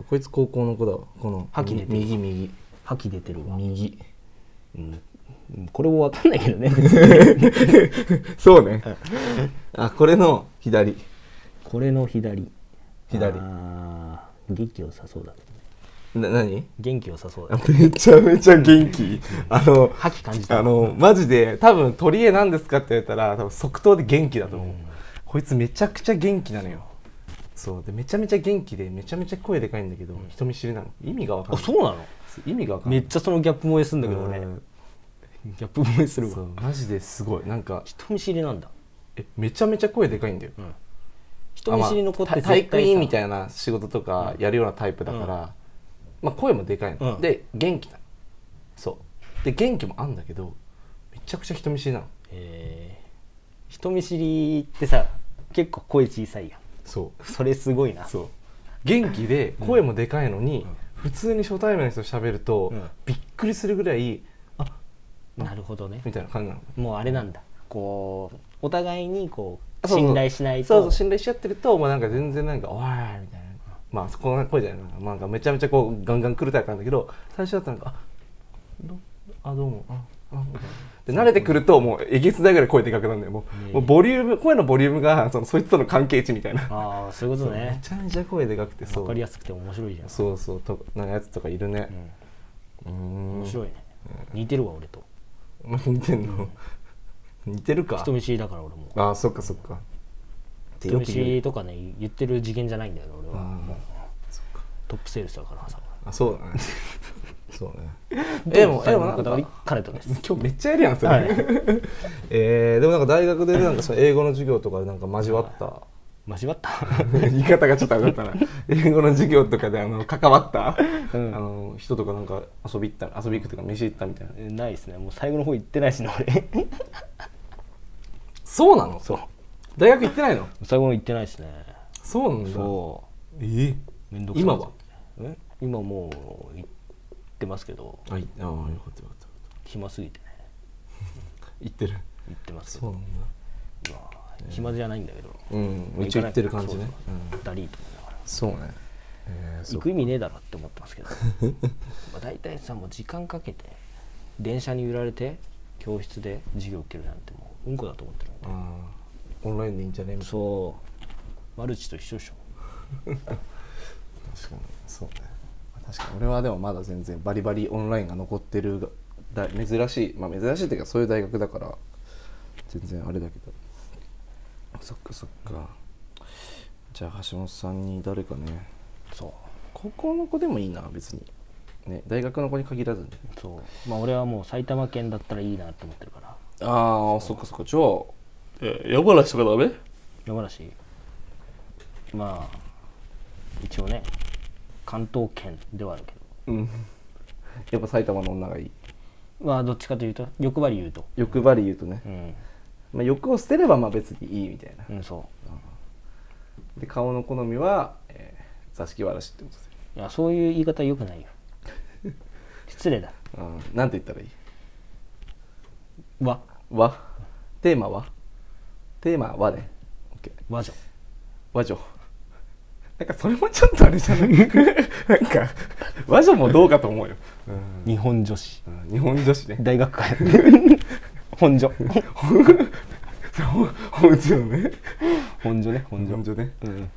こいつ高校の子だわこの
吐き出てる
右右
吐き出てるわ、
右
うんうん、これもわかんないけ どね
そうねあこれの左
これの左
左
あー元気良さそうだね
な何
元気良さそうだ
あ
ね
めちゃめちゃ元気あの
覇気感じた
あのマジで多分取り柄なんですかって言われたら多分即答で元気だと思う、こいつめちゃくちゃ元気なのよそうでめちゃめちゃ元気でめちゃめちゃ声でかいんだけど、人見知りなの意味がわかん
あ
ない
そうなの
意味がわかんな
め
い
っちゃそのギャップ萌えすんだけど俺
う
ギ
ん
ャップ萌えする
そ
わ
うマジですごいなんか
人見知りなんだ
えめちゃめちゃ声でかいんだよ
人見知りの子っ
あ
て
まあた体育委員み
い
たいな仕事とかやるようなタイプだから、まあ、声もでかいの、
うん
で元気なのそうで元気もあんだけどめちゃくちゃ人見知りなの
えー人見知りってさ結構声小さいやん
そう
それすごいな
そう元気で声もでかいのに、普通に初対面の人と喋ると、
うん
びっくりするぐらいあ
なるほどね
みたいな感じなの
もうあれなんだこうお互いにこう
あそうそう
信頼しない
そうそ
と
う信頼しちゃってるともうなんか全然なんか「おい」みたいなまあそこの声じゃないななんかめちゃめちゃこうガンガン来るタイプなんだけど最初だったらなんか「あどあどうもああ」みたいな。で慣れてくるともうえげつないぐらい声でかくなるんだよもう,、
うん
もうボリューム声のボリュームがそのそいつとの関係値みたいな、
ああそういうこと
め
ね
ちゃめちゃ声でかくてそ
わ
う
かりやすくて面白いじゃん
そうそうとなんかやつとかいるねうーん
面白いね似てるわ俺と
ま似てんの、似てるか
人見知りだから俺も
ああそっかそっかって
人
よ
見
く
知
言う
りとかね言ってる次元じゃないんだよね俺は
あー
もうトップセールスだからさ
あそうだねそうねでもでもなんか
彼とです
今日めっちゃやるやんそれ、
はい
えーでもなんか大学でなんかその英語の授業とかでなんか交わった
間違った
言い方がちょっとあれだったな英語の授業とかであの関わった、
ん
あの人とかなんか遊び行った遊び行くとか飯行ったみたいな
えないですねもう最後の方行ってないしな俺
そうなのそう大学行ってないの
最後の方行ってないですね
そうなんだ
そ
え
うめんどくさい
今は
え今もう行ってますけど
あいあーよかったよかった
暇すぎてね
行ってる
行ってますけ
そう
ど
なんだ
まあ暇じゃないんだけど
うん一応行ってる感じね
そうそうダリーと思いながら
そうねえーそ
行
う
く意味ねえだろって思ってますけど まあ大体さもう時間かけて電車に揺られて教室で授業受けるなんてもううんこだと思ってるもん
あーオンラインでいいんじゃねみたいな
そうマルチと一緒でしょ
確かにそうね確かに俺はでもまだ全然バリバリオンラインが残ってるがだ珍しいまあ珍しいっていうかそういう大学だから全然あれだけどそっかそっかじゃあ橋本さんに誰かね
そ
高校の子でもいいな別にね大学の子に限らずね
うそうまあ俺はもう埼玉県だったらいいなと思ってるから
ああそっかそっかじゃあえ山梨とかダメ
山梨まあ一応ね関東圏ではあるけ
うん やっぱ埼玉の女がいい
どまあどっちかというと欲張り言うと
欲張り言うとね
う、ん
まあ、欲を捨てればまあ別にいいみたいな
うんそ
で顔の好みは、えー座敷わらしってことです
ういやそういう言い方よくない よ失礼だ
よ、うん、なんて言ったらいい
わ
和テーマはテーマは和ね OK
わじゃ
和女 なんかそれもちょっとあれじ ゃないなんか和女もどうかと思うよ、
日本女子
うん日本女子ね
大学 会本所
そう 本女ね
本所ね本所
本女ね
うん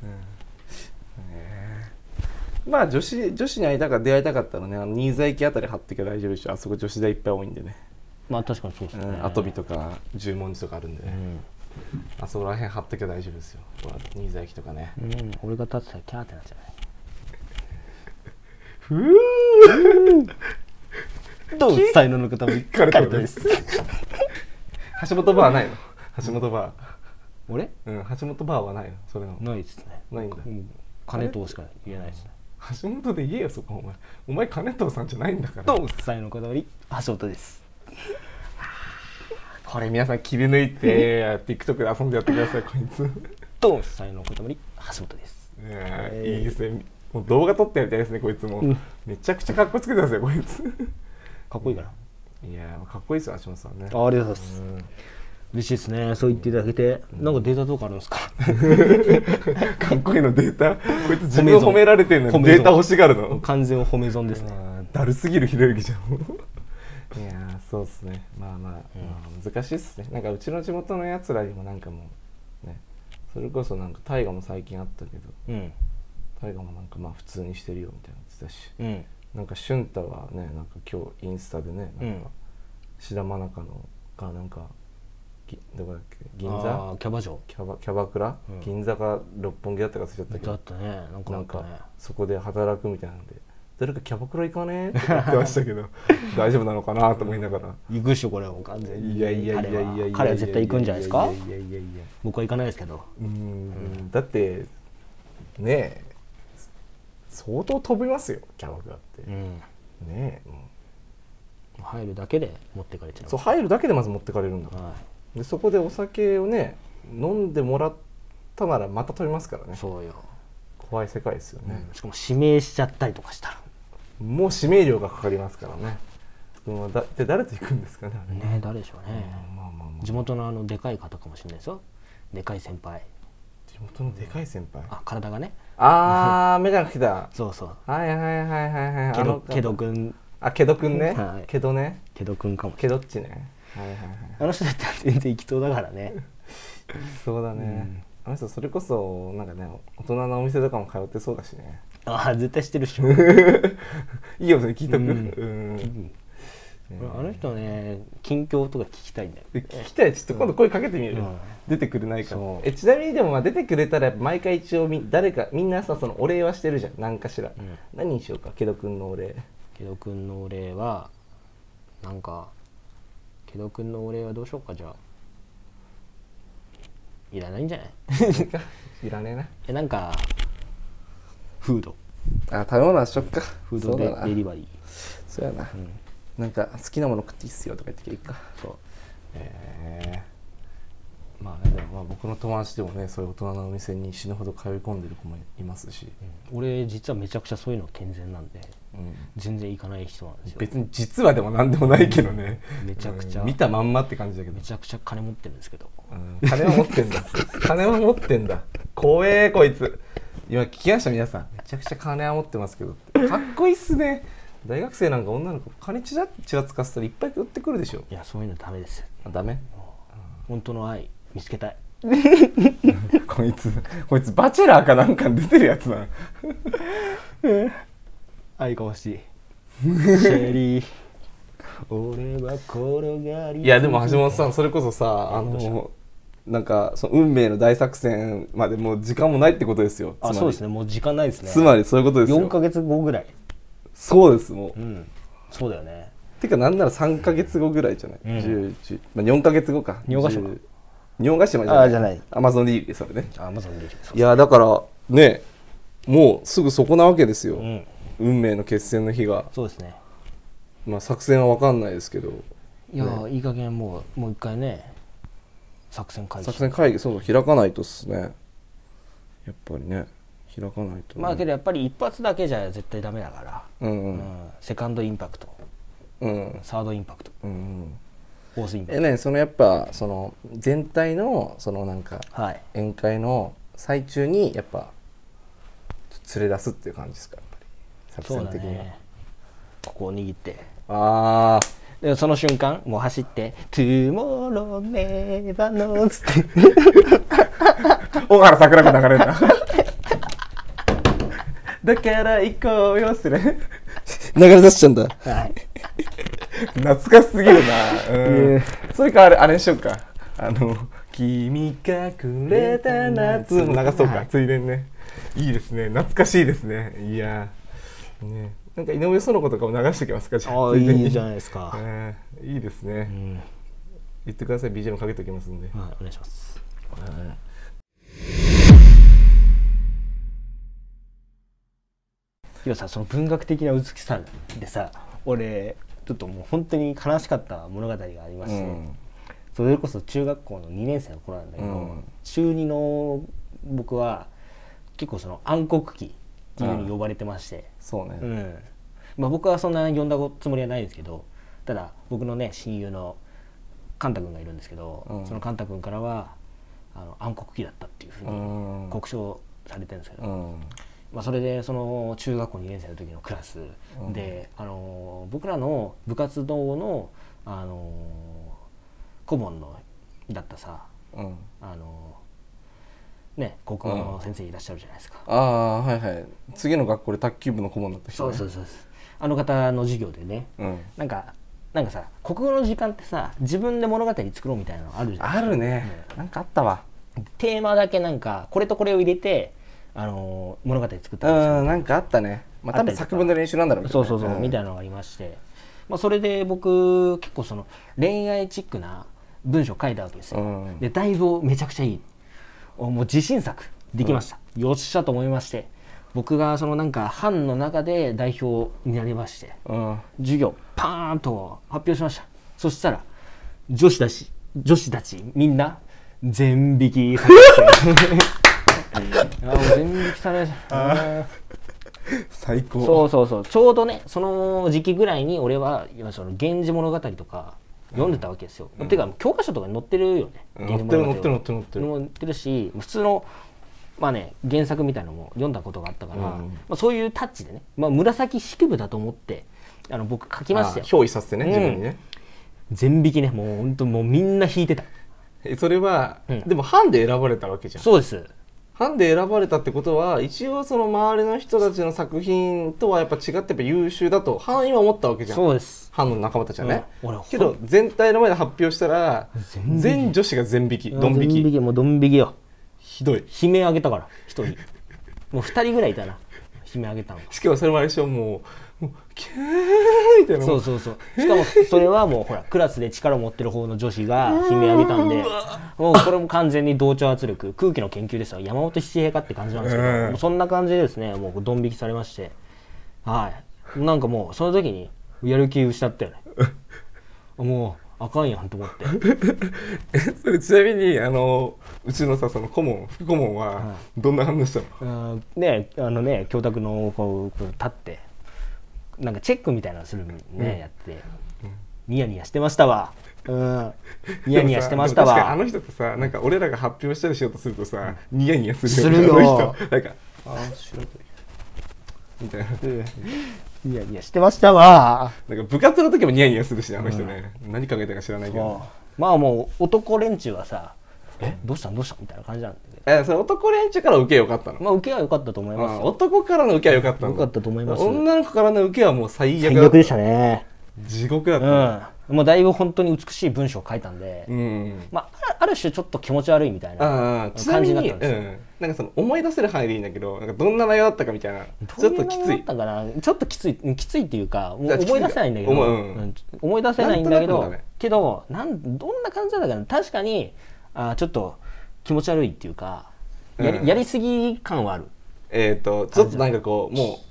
まあ女子女子に会いたか出会いたかったらねあの新座駅あたり貼ってけば大丈夫でしょあそこ女子大いっぱい多いんでね、
まあ確かにそうです
う
ね
ん、アトビとか十文字とかあるんでね、
うん
あそこら辺貼っときゃ大丈夫ですよほら新座駅とかね
うん、俺が立ってたらキャーってなっちゃ
ふぅ
うどう才能の方も 一
カ
回
ル
カ
ト
ルト
で
ですす
橋本バーないの橋本バ
俺
ーうん橋本バーはないのそれの
ないですね
ないんだ
うん金藤しか言えないですね
橋本で言えよそこお前お前金藤さんじゃないんだから
どう才能の方より橋本です
これ皆さん切り抜い て TikTok で遊んでやってくださいこいつ
どう才能の方より橋本です
ねえいいですねもう動画撮ってみたいですねこいつも、
うん
めちゃくちゃかっこつけてますよこいつ
かっこいいかない
やーかっ こいいですよ橋本さんね
あありがとうございます嬉しいですねそう言っていただけてなんかデータとかあるんですか
かっこいいのデータこいつ自
褒め
分
損
褒められてるの
褒
に
め損
データ欲しがるの
完全褒め損ですね
あーだるすぎるひろゆきじゃんいやーそうっすねまあまあ、まあ難しいっすねなんかうちの地元のやつらにもなんかもうねそれこそなんか大河も最近あったけど
うん
大河もなんかまあ普通にしてるよみたいなの言ってたし
うん
なんか俊太はねなんか今日インスタでね
う
なん
ん
か志田愛香のがなんかぎどこだっけ銀
あ
座
ーキャバ嬢
キャバキャバクラ、
うん
銀座か六本木だったか忘れちゃったけ
だっ
ど
たねなんか
な
あ
ん
った
か
ね
そこで働くみたいなんで誰かキャバクラ行かねえって言ってましたけど大丈夫なのかなと思いながら。
行くっしょこれはもう完全に
いやいやいやいやいやいや
彼
いや
は彼は絶対行くんじゃないですか
いやいやいやいや
僕は行かないですけど
うーんだってねえ相当飛びますよキャバクラって、
う
ね
ん
えもう
入るだけで持ってかれちゃう
そう入るだけでまず持ってかれるんだから
は
でそこでお酒をね飲んでもらったならまた飛びますから
い
ね
そうよ
怖い世界ですよね、
しかも指名しちゃったりとかしたら
もう指名料がかかりますからねそのだで誰と行くんですかねあれね
ね誰でしょうね
まあまあまあ
地元のあのでかい方かもしれないですよでかい先輩
地元のでかい先輩
あ体がね
あー眼鏡かけた
そうそう
はいはいはいはいはい
けど
あの
けどくん
あけどくんね、
はい
けどね
けどくんかもしれない
けどっちねはいはいはい
あの人だって全然行きそうだからね
そうだね、あの人それこそなんかね大人のお店とかも通ってそうだしね
ああ絶対知ってるっしょ、
いいよそれ聞いとく、
うん
うん
俺あの人ね近況とか聞きたいんだよ
で聞きたいちょっと今度声かけてみる、
うん
出てくれないか
そう
えちなみにでもまあ出てくれたらやっぱ毎回一応み誰かみんなさそのお礼はしてるじゃん何かしら、
ん
何にしようかけどくんのお 礼
けどくんのお礼はなんかけどくんのお礼はどうしようかじゃあいらないんじゃない
いらね
えなんかフード
えなあ食べ物はしよっか
フードでデリバリー
そうやな、なんか好きなもの食っていいっすよとか言ってきゃいいか
そう
ええまあねでもまあ僕の友達でもねそういう大人のお店に死ぬほど通い込んでる子もいますし、
俺実はめちゃくちゃそういうの健全なんで
うん
全然行かない人なんですよ
別に実はでも何でもないけどね
めちゃくちゃ
うん見たまんまって感じだけど
めちゃくちゃ金持ってるんですけど
うん金は持ってん だ金は持ってんだ怖えこいつ今聞きました皆さんめちゃくちゃ金は持ってますけどかっこいいっすね大学生なんか女の子金ちらちらつかせたらいっぱい売ってくるでしょ
いやそういうのダメです
あダメ
本当の愛見つけたい
こいつこいつバチェラーかなんかに出てるやつな
愛が欲し いシェリー俺は転がり
いやでも橋本さんそれこそさあ
どう
のなんかその運命の大作戦までもう時間もないってことですよ
あそうです
ね
ねもう時間ないですね
つまりそういうことですよ
4ヶ月後ぐらい
そうですもう、
うんそうだよね
てかなんなら3か月後ぐらいじゃない、
うん
10 10まあ、4か月後か
尿ヶ島
10尿ヶ島じゃ
あーじゃない
アマゾンリーグそれね
あまさにできる
いやだからねもうすぐそこなわけですよ、
うん
運命の決戦の日が、
そうですね
まあ、作戦は分かんないですけど
いやーいい加減もうもう一回ね作戦開始
作戦会議そうそう開かないとっすねやっぱりね開かないと、ね、
まあけどやっぱり一発だけじゃ絶対ダメだから、
うんう
うん
ん
セカンドインパクト
うん
サードインパクト
うんうん
フォースインパ
え
ク
ねそのやっぱその全体のそのなんか
トはい
宴会の最中にやっぱ連れ出すっていう感じですかやっぱり作
そう
戦
だ
的には、
ねここを握って
ああ
でその瞬間もう走って「Tomorrow never knows」って
小原桜子流れるな だから行こうよっすね流れ出しちゃうんだ
はい、
懐かしすぎるな、うんそれかあれあれにしようかあの昨君がくれた夏も流そう
は
か
い
ついでにねいいですね懐かしいですねいやーねなんか井上園子とかも流してきますかじゃ
ああ
つ
い
でに
いじゃないですか、
えーいいです ね、
うん
言ってください BGM かけておきますんで、
はい、お願いします今さその文学的な美しさでさ俺ちょっともう本当に悲しかった物語がありまして、それこそ中学校の2年生の頃なんだけど、
うん
中2の僕は結構その暗黒期っていうふうに呼ばれてまして、
そうね、
うんまあ、僕はそんな呼んだつもりはないですけどただ僕のね親友のカンタ君がいるんですけど、
うん
そのカンタ君からはあの暗黒期だったっていうふうに
ん
告証されてるんですけど、
うん
まあ、それでその中学校2年生の時のクラス
うん
で、あの僕らの部活動の、あの顧問のだったさ、
うん
あのね国語の先生いらっしゃるじゃないですか。
ああはいはい次の学校で卓球部の顧問だった人、
そう
ね、
そう
う
そうそうあの方の授業でね
そう、ん、
なんかなんかさ国語の時間ってさ自分で物語作ろうみたいなのあるじゃん
あるね、なんかあったわ
テーマだけなんかこれとこれを入れて、あのー物語作っ
う
たんですよ
んなんかあったねまあ多分作文の練習なんだろうけど
そう
ね
そうそう、
ん
みたいなのがありまして、まあ、それで僕結構その恋愛チックな文章書いたわけですよ、
うん
でだいぶめちゃくちゃいいおもう自信作できました、よっしゃと思いまして僕がそのなんか班の中で代表になりまして
うん
授業パーンと発表しましたそしたら女子だし女子たちみんな全引きされました あもう全引きされました
最高
そうそうそうちょうどねその時期ぐらいに俺は今その「源氏物語」とか読んでたわけですよ、ていうか教科書とかに載ってるよね
うん
源氏物語
載ってる載ってる載ってる
載ってるし普通のまあね原作みたいのも読んだことがあったから、
うん
まあ、そういうタッチでね、まあ、紫式部だと思ってあの僕書きました
あ
よ
ー憑依させてね自分にね、
全引きねもう本当もうみんな引いてた
えそれは、
うん
でも班で選ばれたわけじゃん
そうです
班で選ばれたってことは一応その周りの人たちの作品とはやっぱ違ってやっぱ優秀だと班員は思ったわけじゃん
そうです
班の仲間たちはね、
うん俺
けど全体の前で発表したら
全
全女子が全引きドン引
全
き
引きもうドン引きよ
ひどい
悲鳴あげたから一人もう二人ぐらいいたな悲鳴あげたの
しかもそれもあれでしょもうもうキューみたいな
そううそうそうしかもそれはもうほらクラスで力を持ってる方の女子が悲鳴あげたんでもうこれも完全に同調圧力空気の研究ですよ山本七平かって感じなんですけど、
うん
もうそんな感じでですねもうドン引きされましてはいなんかもうその時にやる気失 ったよねもうあかんやんと思って
それちなみにあのうちのさその顧問副顧問はどんな反応したの、
うんねあのね教託のこうこう立ってなんかチェックみたいなのするのね、やってニヤニヤしてましたわうんニヤニヤしてました
でもさで
わ
も確かにあの人ってさなんか俺らが発表したりしようとするとさニヤニヤする
するよ
あの人なんかああ白いみたいな
うんいやいやしてましたわ
なんか部活の時もニヤニヤするしねあの人ね、何考えたか知らないけど
まあもう男連中はさ「えどうしたんどうしたん?」みたいな感じなんだけ
えそれ男連中から受けよかったの、
どまあ受けは良かったと思い
あ
ます
あ
よ
男からの受けはよかったの
良かったと思います
女の子からの受けはもう最悪だ
最悪でしたね
地獄だっ
う
たね
んもうだいぶ本当に美しい文章を書いたんで、
うん
まああるある種ちょっと気持ち悪いみたいな
ああちな
感
み
じになっ
に、
たんですよ
うん、なんかその思い出せる範囲でいいんだけどなんかどんな内容だったかみたいなちょっとき
ど
つ
んな内容だ
い
ったかなちょっときついうんきついっていうかもう
あきついか
思い出せないんだけど、
思ううん
うん思い出せないんだけ
な
ど
んとなくだね
けどなんどんな感じだったかな確かにあーちょっと気持ち悪いっていうかやり,、
うん
やりすぎ感はある
えっ、とちょっとなんかこうもう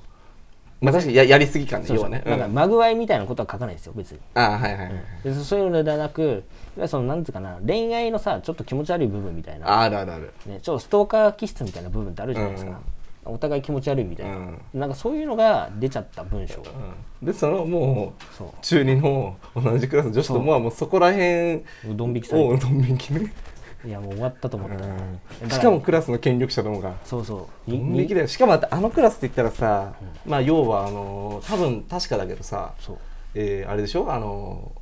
まあ確かにややりすぎ感ね
そうそ
要は
う
ね、
なんか
うん
まぐわいみたいなことは書かないですよ別に
ああはいはいはい、
でそういうのではなくいやそのなんつうかな恋愛のさちょっと気持ち悪い部分みたいな、
あるあるある
ね、ちょっとストーカー気質みたいな部分ってあるじゃないですか、お互い気持ち悪いみたいな、なんかそういうのが出ちゃった文章
でそのもう
そう
中二の同じクラスの女子ともはもうそこら辺
ドン引きされて
をドン引きね
いやもう終わったと思った、だら
しかもクラスの権力者どもが
そうそう
ド
に
ン引きだよしかもだってあのクラスって言ったらさ、まあ要はあの多分確かだけどさ、
そう
えーあれでしょあの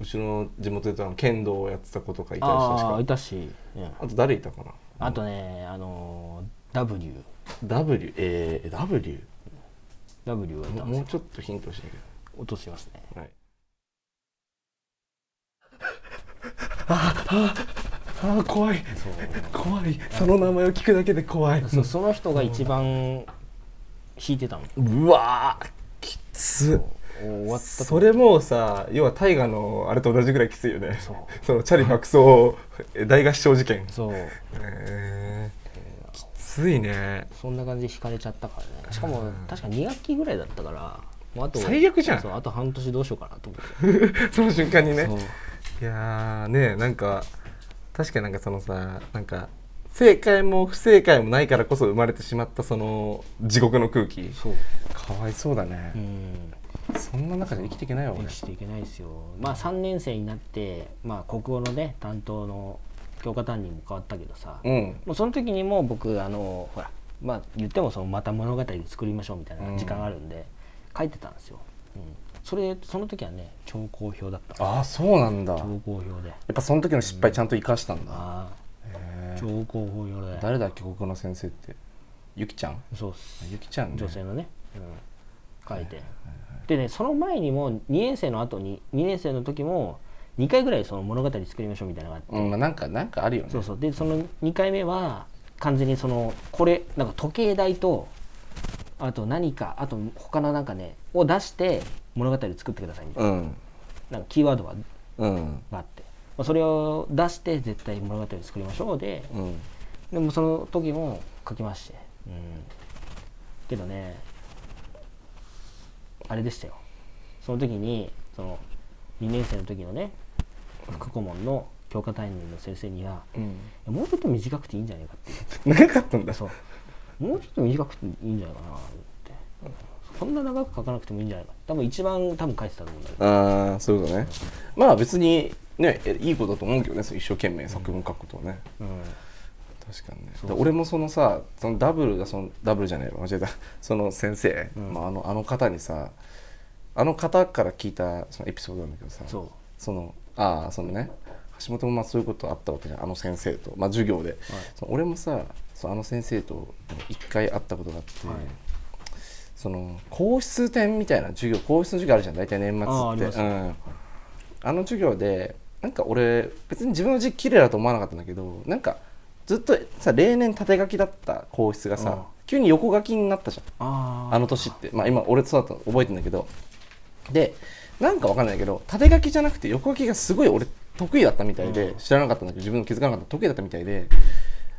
うちの地元で言うとあの剣道をやってた子とかいたりしたし
ああい
か
たし、うん
あと誰いたかな
あとねあのー W
W えー、W
W がいたんです
もう
よ
ちょっとヒント欲しいんだけ
落としますね
ど、はい、ああ怖い
そう
怖いその名前を聞くだけで怖い
そその人が一番弾いてたの
うわーきつ
お終わった
それもうさ要は大河のあれと同じぐらいきついよね
そう
そのチャリ爆走え大合唱事件
そう
えー、きついね
そんな感じで弾かれちゃったからねしかも確か2学期ぐらいだったからもうあと
最悪じゃん
そうあと半年どうしようかなと思って
その瞬間にね
そう
いやーねなんか確かになんかそのさなんか正解も不正解もないからこそ生まれてしまったその地獄の空気
そう
かわいそうだね
うん
そんな中で生きていけないわ俺
生きていけないですよまあ3年生になって、まあ、国語のね担当の教科担任も変わったけどさ、
うん
もうその時にもう僕あのほらまあ言ってもそのまた物語作りましょうみたいな時間があるんで、書いてたんですよ、うん、それその時はね超好評だった
ああそうなんだや
超好評で
っぱその時の失敗ちゃんと生かしたんだ、
あ
へ
あ
ー
超好評で
誰だっけ国語の先生ってゆきちゃん
そうっす
ゆきちゃん、ね、
女性のね、うん、書いて、でねその前にも2年生の後に2年生の時も2回ぐらいその物語作りましょうみたいなのがあって
うんまあなんかなんかあるよね
そうそうでその2回目は完全にそのこれなんか時計台とあと何かあと他のなんかねを出して物語を作ってくださいみたいな,、
ん
なんかキーワードが
うん
があって、まあ、それを出して絶対物語を作りましょうで
うん
でもその時も書きまして、うん、けどねあれでしたよその時にその2年生の時のね副顧問の教科担任の先生には
うん
もうちょっと短くていいんじゃないかって
長かったんだ
そうもうちょっと短くていいんじゃないかなって、そんな長く書かなくてもいいんじゃないか多分一番多分書いてたと思うんだけど
ああそういうことねまあ別にねえいいことだと思うけどねその一生懸命作文書くことはね、
うん
確かにね
そう
で俺もそのさそのダブルだそのダブルじゃないわ間違えたその先生、
うん
まあ、あのあの方にさあの方から聞いたそのエピソードなんだけどさ
そう
そのああそのね橋本もまあそういうことあったわけじゃんあの先生と、まあ、授業で、その俺もさそうあの先生と一回会ったことがあって、
はい
その皇室展みたいな授業皇室の授業あるじゃん大体年末
あーあり
っ
ます
てあ,、うん、あの授業でなんか俺別に自分の字綺麗だと思わなかったんだけどなんかずっとさ例年縦書きだった皇室が
うん
さ急に横書きになったじゃん
あー
あの年ってまあ今俺そうだったの覚えてんだけどでなんかわかんないけど縦書きじゃなくて横書きがすごい俺得意だったみたいで、
うん
知らなかったんだけど自分の気づかなかった得意だったみたいで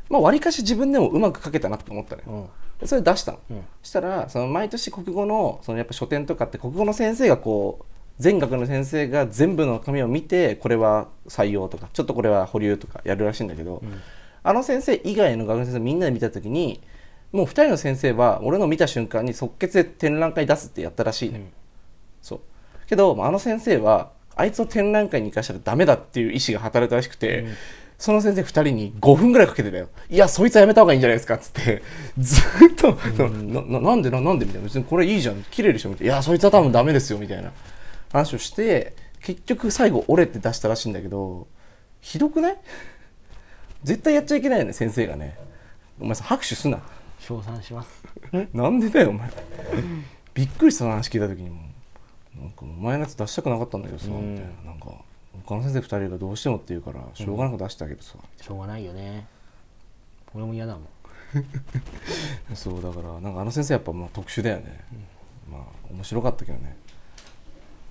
まあわりかし自分でもうまく書けたなと思ったね、
うん
でそれ出したの、
うん
したらその毎年国語のそのやっぱ書店とかって国語の先生がこう全学の先生が全部の紙を見てこれは採用とかちょっとこれは保留とかやるらしいんだけど、あの先生以外の学の先生みんなで見た時にもう2人の先生は俺の見た瞬間に即決で展覧会出すってやったらしいね、
うん
そうけど、まあ、あの先生はあいつを展覧会に行かしたらダメだっていう意思が働いたらしくて、その先生2人に5分ぐらいかけてたよいやそいつはやめた方がいいんじゃないですかっつってずっと、そのなななんでななんでみたいな別にこれいいじゃん綺麗でしょみたいないやそいつは多分ダメですよみたいな話をして結局最後折れて出したらしいんだけどひどくない絶対やっちゃいけないよね先生がねお前さ拍手すな
称賛します
なんでだよお前びっくりしたその話聞いた時にもうなんかお前のやつ出したくなかったんだけどさ、
うん
みたいななんか他の先生2人がどうしてもって言うからしょうがなく出したけどさ、
しょうがないよね俺も嫌だもん
そうだからなんかあの先生やっぱまあ特殊だよね、まあ面白かったけどね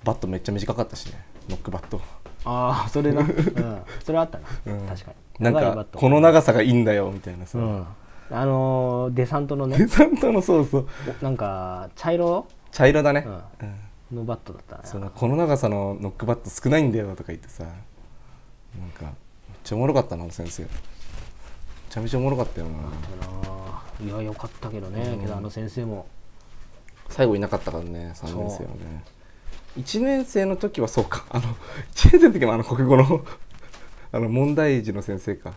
バットめっちゃ短かったしねノックバット
ああそれな、うん、それはあったな、
うん
確かに
なん
長いバッ
か
ト
この長さがいいんだよみたいなさ、
うんあのーデサントの
デ
ね
サントのそうそう
おなんか茶色、
茶色だね、
うん、
うん
のバットだったね
そうこの長さのノックバット少ないんだよとか言ってさなんかめっちゃおもろかったなあの先生めちゃめちゃおもろかったよな
あのーいやよかったけどね、
うん
けどあの先生も
最後いなかったからね3
う
年生はね1年生の時はそうかあの1年生の時もあの国語のあの問題児の先生か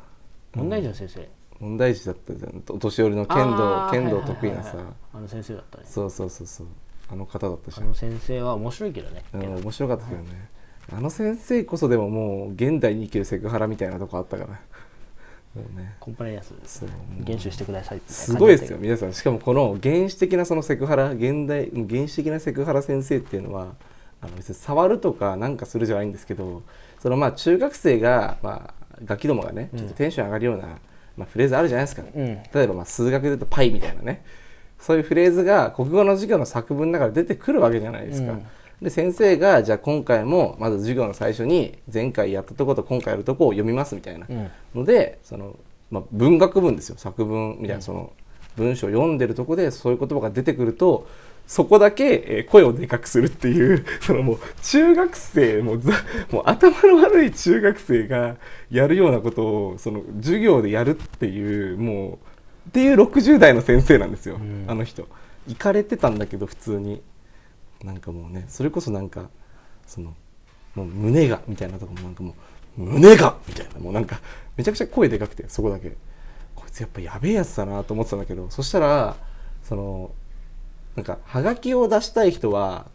問題児の先生、
問題児だったじゃんお年寄りの剣
あ
道
ー
剣道
はいはい
得意な
はい
さ
はいあの先生だったね
そうそうそうそうあの方だったじ
あ
ゃん
の先生は面白いけどね、
うん面白かったけどねあの先生こそでももう現代に生きるセクハラみたいなとこあったからそうね
コンプライアンス
そう
厳守してくださいって
すごいです
感
よ
じだ
皆さんしかもこの原始的なそのセクハラ現代原始的なセクハラ先生っていうのはあの別に触るとかなんかするじゃないんですけどそのまあ中学生が、まあ、ガキどもがねちょっとテンション上がるような、まあ、フレーズあるじゃないですか、
うん
例えばまあ数学で言うと「パイ」みたいなねそういうフレーズが国語の授業の作文の中で出てくるわけじゃないですか。
うん
で先生がじゃあ今回もまず授業の最初に前回やったとこと今回やるとこを読みますみたいな
うん
ので、そのまあ、文学文ですよ作文みたいなその文章を読んでるとこでそういう言葉が出てくるとそこだけえー声をでかくするっていう そのもう中学生もうざもう頭の悪い中学生がやるようなことをその授業でやるっていうもうっていう60代の先生なんですよ、
ん
あの人。行かれてたんだけど普通になんかもうねそれこそなんかそのもう胸がみたいなとこもなんかもう胸がみたいなもうなんかめちゃくちゃ声でかくてそこだけこいつやっぱやべえやつだなと思ってたんだけどそしたらそのなんかはがきを出したい人は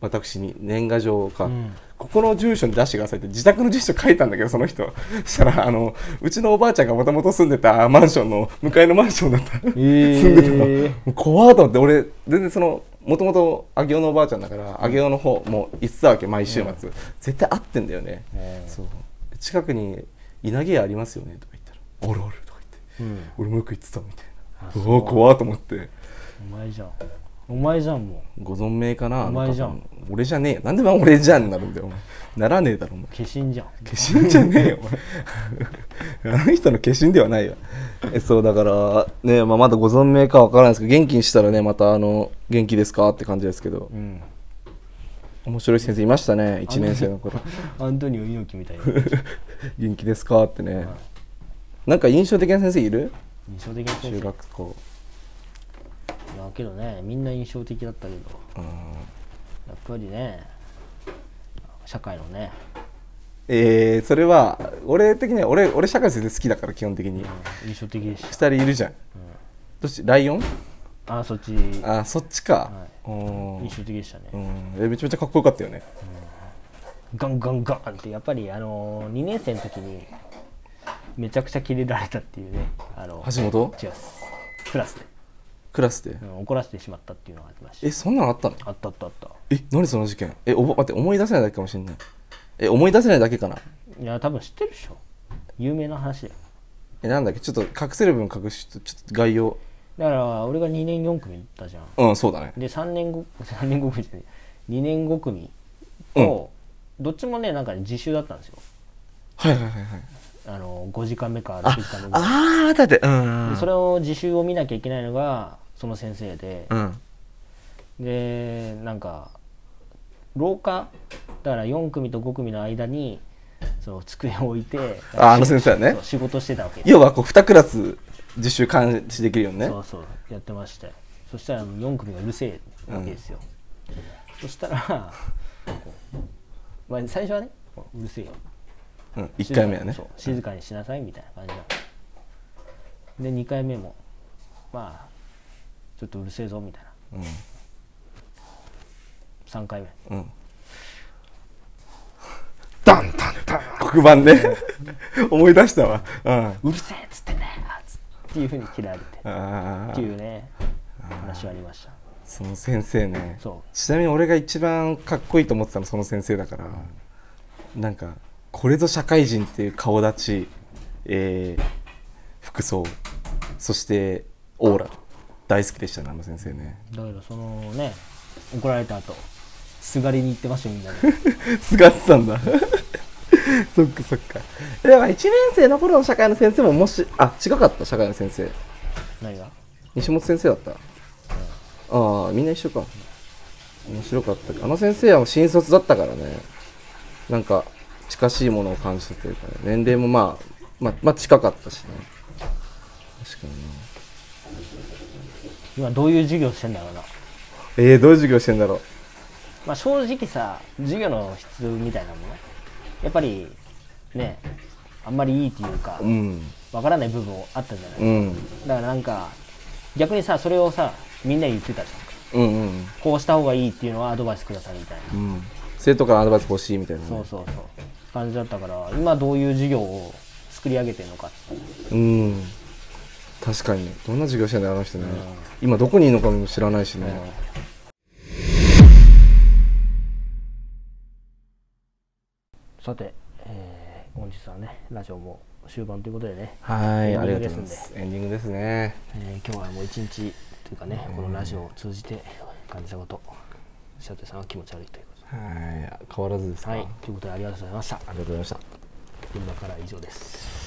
私に年賀状か、
うん
ここの住所に出してくださいって自宅の住所書いたんだけどその人そしたらあのうちのおばあちゃんがもともと住んでたマンションの向かいのマンションだった、
ー
住んでたのもう怖っと思って俺全然そのもともと上尾のおばあちゃんだから上尾の方もう行ってたわけ毎週末、絶対会ってんだよね、そう近くに稲毛屋ありますよねとか言ったら「あるある」とか言って、俺もよく行ってたみたいなうわ怖っと思って
お前じゃんお前じゃんも
ご存命かな
お前じゃん
あの方俺じゃねえよなんでお前俺じゃんになるんだよお前ならねえだろお前
う化身じゃん
化身じゃねえよお 前あの人の化身ではないよえそうだからね、まあ、まだご存命かわからないですけど元気にしたらねまたあの元気ですかって感じですけど
うん
面白い先生いましたね1年生の 頃
アントニオ猪木みたいな
元気ですかってねなんか印象的な先生いる
印象的な先生
中学校
いやけどねみんな印象的だったけど
うん
やっぱりね社会のね
えー、それは俺的には俺俺社会先生好きだから基本的に
印象的でし
2
た
人いるじゃん、どっちライオン
あそっち
あそっち
は
か、
い
うん
印象的でしたね、
うんえめちゃめちゃかっこよかったよね
ガンガンガンってやっぱりあの2年生の時にめちゃくちゃキレられたっていうねあの
橋本
違うっすクラスで、
クラスで
うん怒らせてしまったっていうのがありました
えそんなのあったの
あったあったあった
え何その事件えおぼ待って思い出せないだけかもしれないえ思い出せないだけかない
や多分知ってるでしょ有名な話だよ
えなんだっけちょっと隠せる分隠しちょっと概要
だから俺が2年4組行ったじゃん
うんそうだね
で3年 後3年後組じゃない2年後組と、どっちもねなんかね自習だったんですよ
はいはいはいはい
あの5時間目か6時間目か
ああだってうん
でそれを自習を見なきゃいけないのがその先生で、
うん
でなんか廊下だから4組と5組の間にその机を置いて
ああの先生だね
そう仕事してたわけ
要はこう2クラス実習監視できるようにね
そうそうやってましてそしたら4組がうるせえわけですよ、そしたらこうまあ、最初はねこううるせえよ
うん1回目はね
そう静かにしなさいみたいな感じだったで2回目もまあちょっとうるせえぞみたいな3回目
うんうん ダンダンダン黒板ね 思い出したわうんあ
うるせえっつってんだよっつってっていうふうに嫌われて
あ
っていうね話はありました
その先生ね
そう
ちなみに俺が一番かっこいいと思ってたのその先生だから、なんかこれぞ社会人っていう顔立ち、えー服装そしてオーラ大好きでしたねあの先生ね
だけどそのね怒られた後すがりに行ってましたよみんなで
すがってたんだそっかそっかでも1年生の頃の社会の先生ももしあ違かった社会の先生
何が
西本先生だった、ああみんな一緒か面白かったあの先生はもう新卒だったからねなんか近しいものを感じたというか、ね、年齢もまあまあまあ近かったしね確かにね
今どういう授業してんだろうな
えー、どういう授業してんだろう
まあ正直さ授業の質みたいなものねやっぱりねあんまりいいっていうか
うん
わからない部分あったじゃない、
うん
だからなんか逆にさそれをさみんなに言ってたじゃ
うんうん
んこうした方がいいっていうのはアドバイスくださいみたいな、
うん生徒からアドバイス欲しいみたいなね、
そうそうそう感じだったから今どういう授業を作り上げてるのかって
うん確かにどんな授業してんだよあの人ね、今どこにいるのかも知らないしね、
さて、えー、本日はねラジオも終盤ということでね、
はい、
エン
あり
ディン
がと
グで
うござい
すん
ま
で
す。エンディングですね。
えー今日はもう一日というかねこのラジオを通じて感じたことシャトゥさんは気持ち悪いという
は
こ
い。
変わらずです
と
か、
はいということでありがとうございました
ありがとうございました
現場からは以上です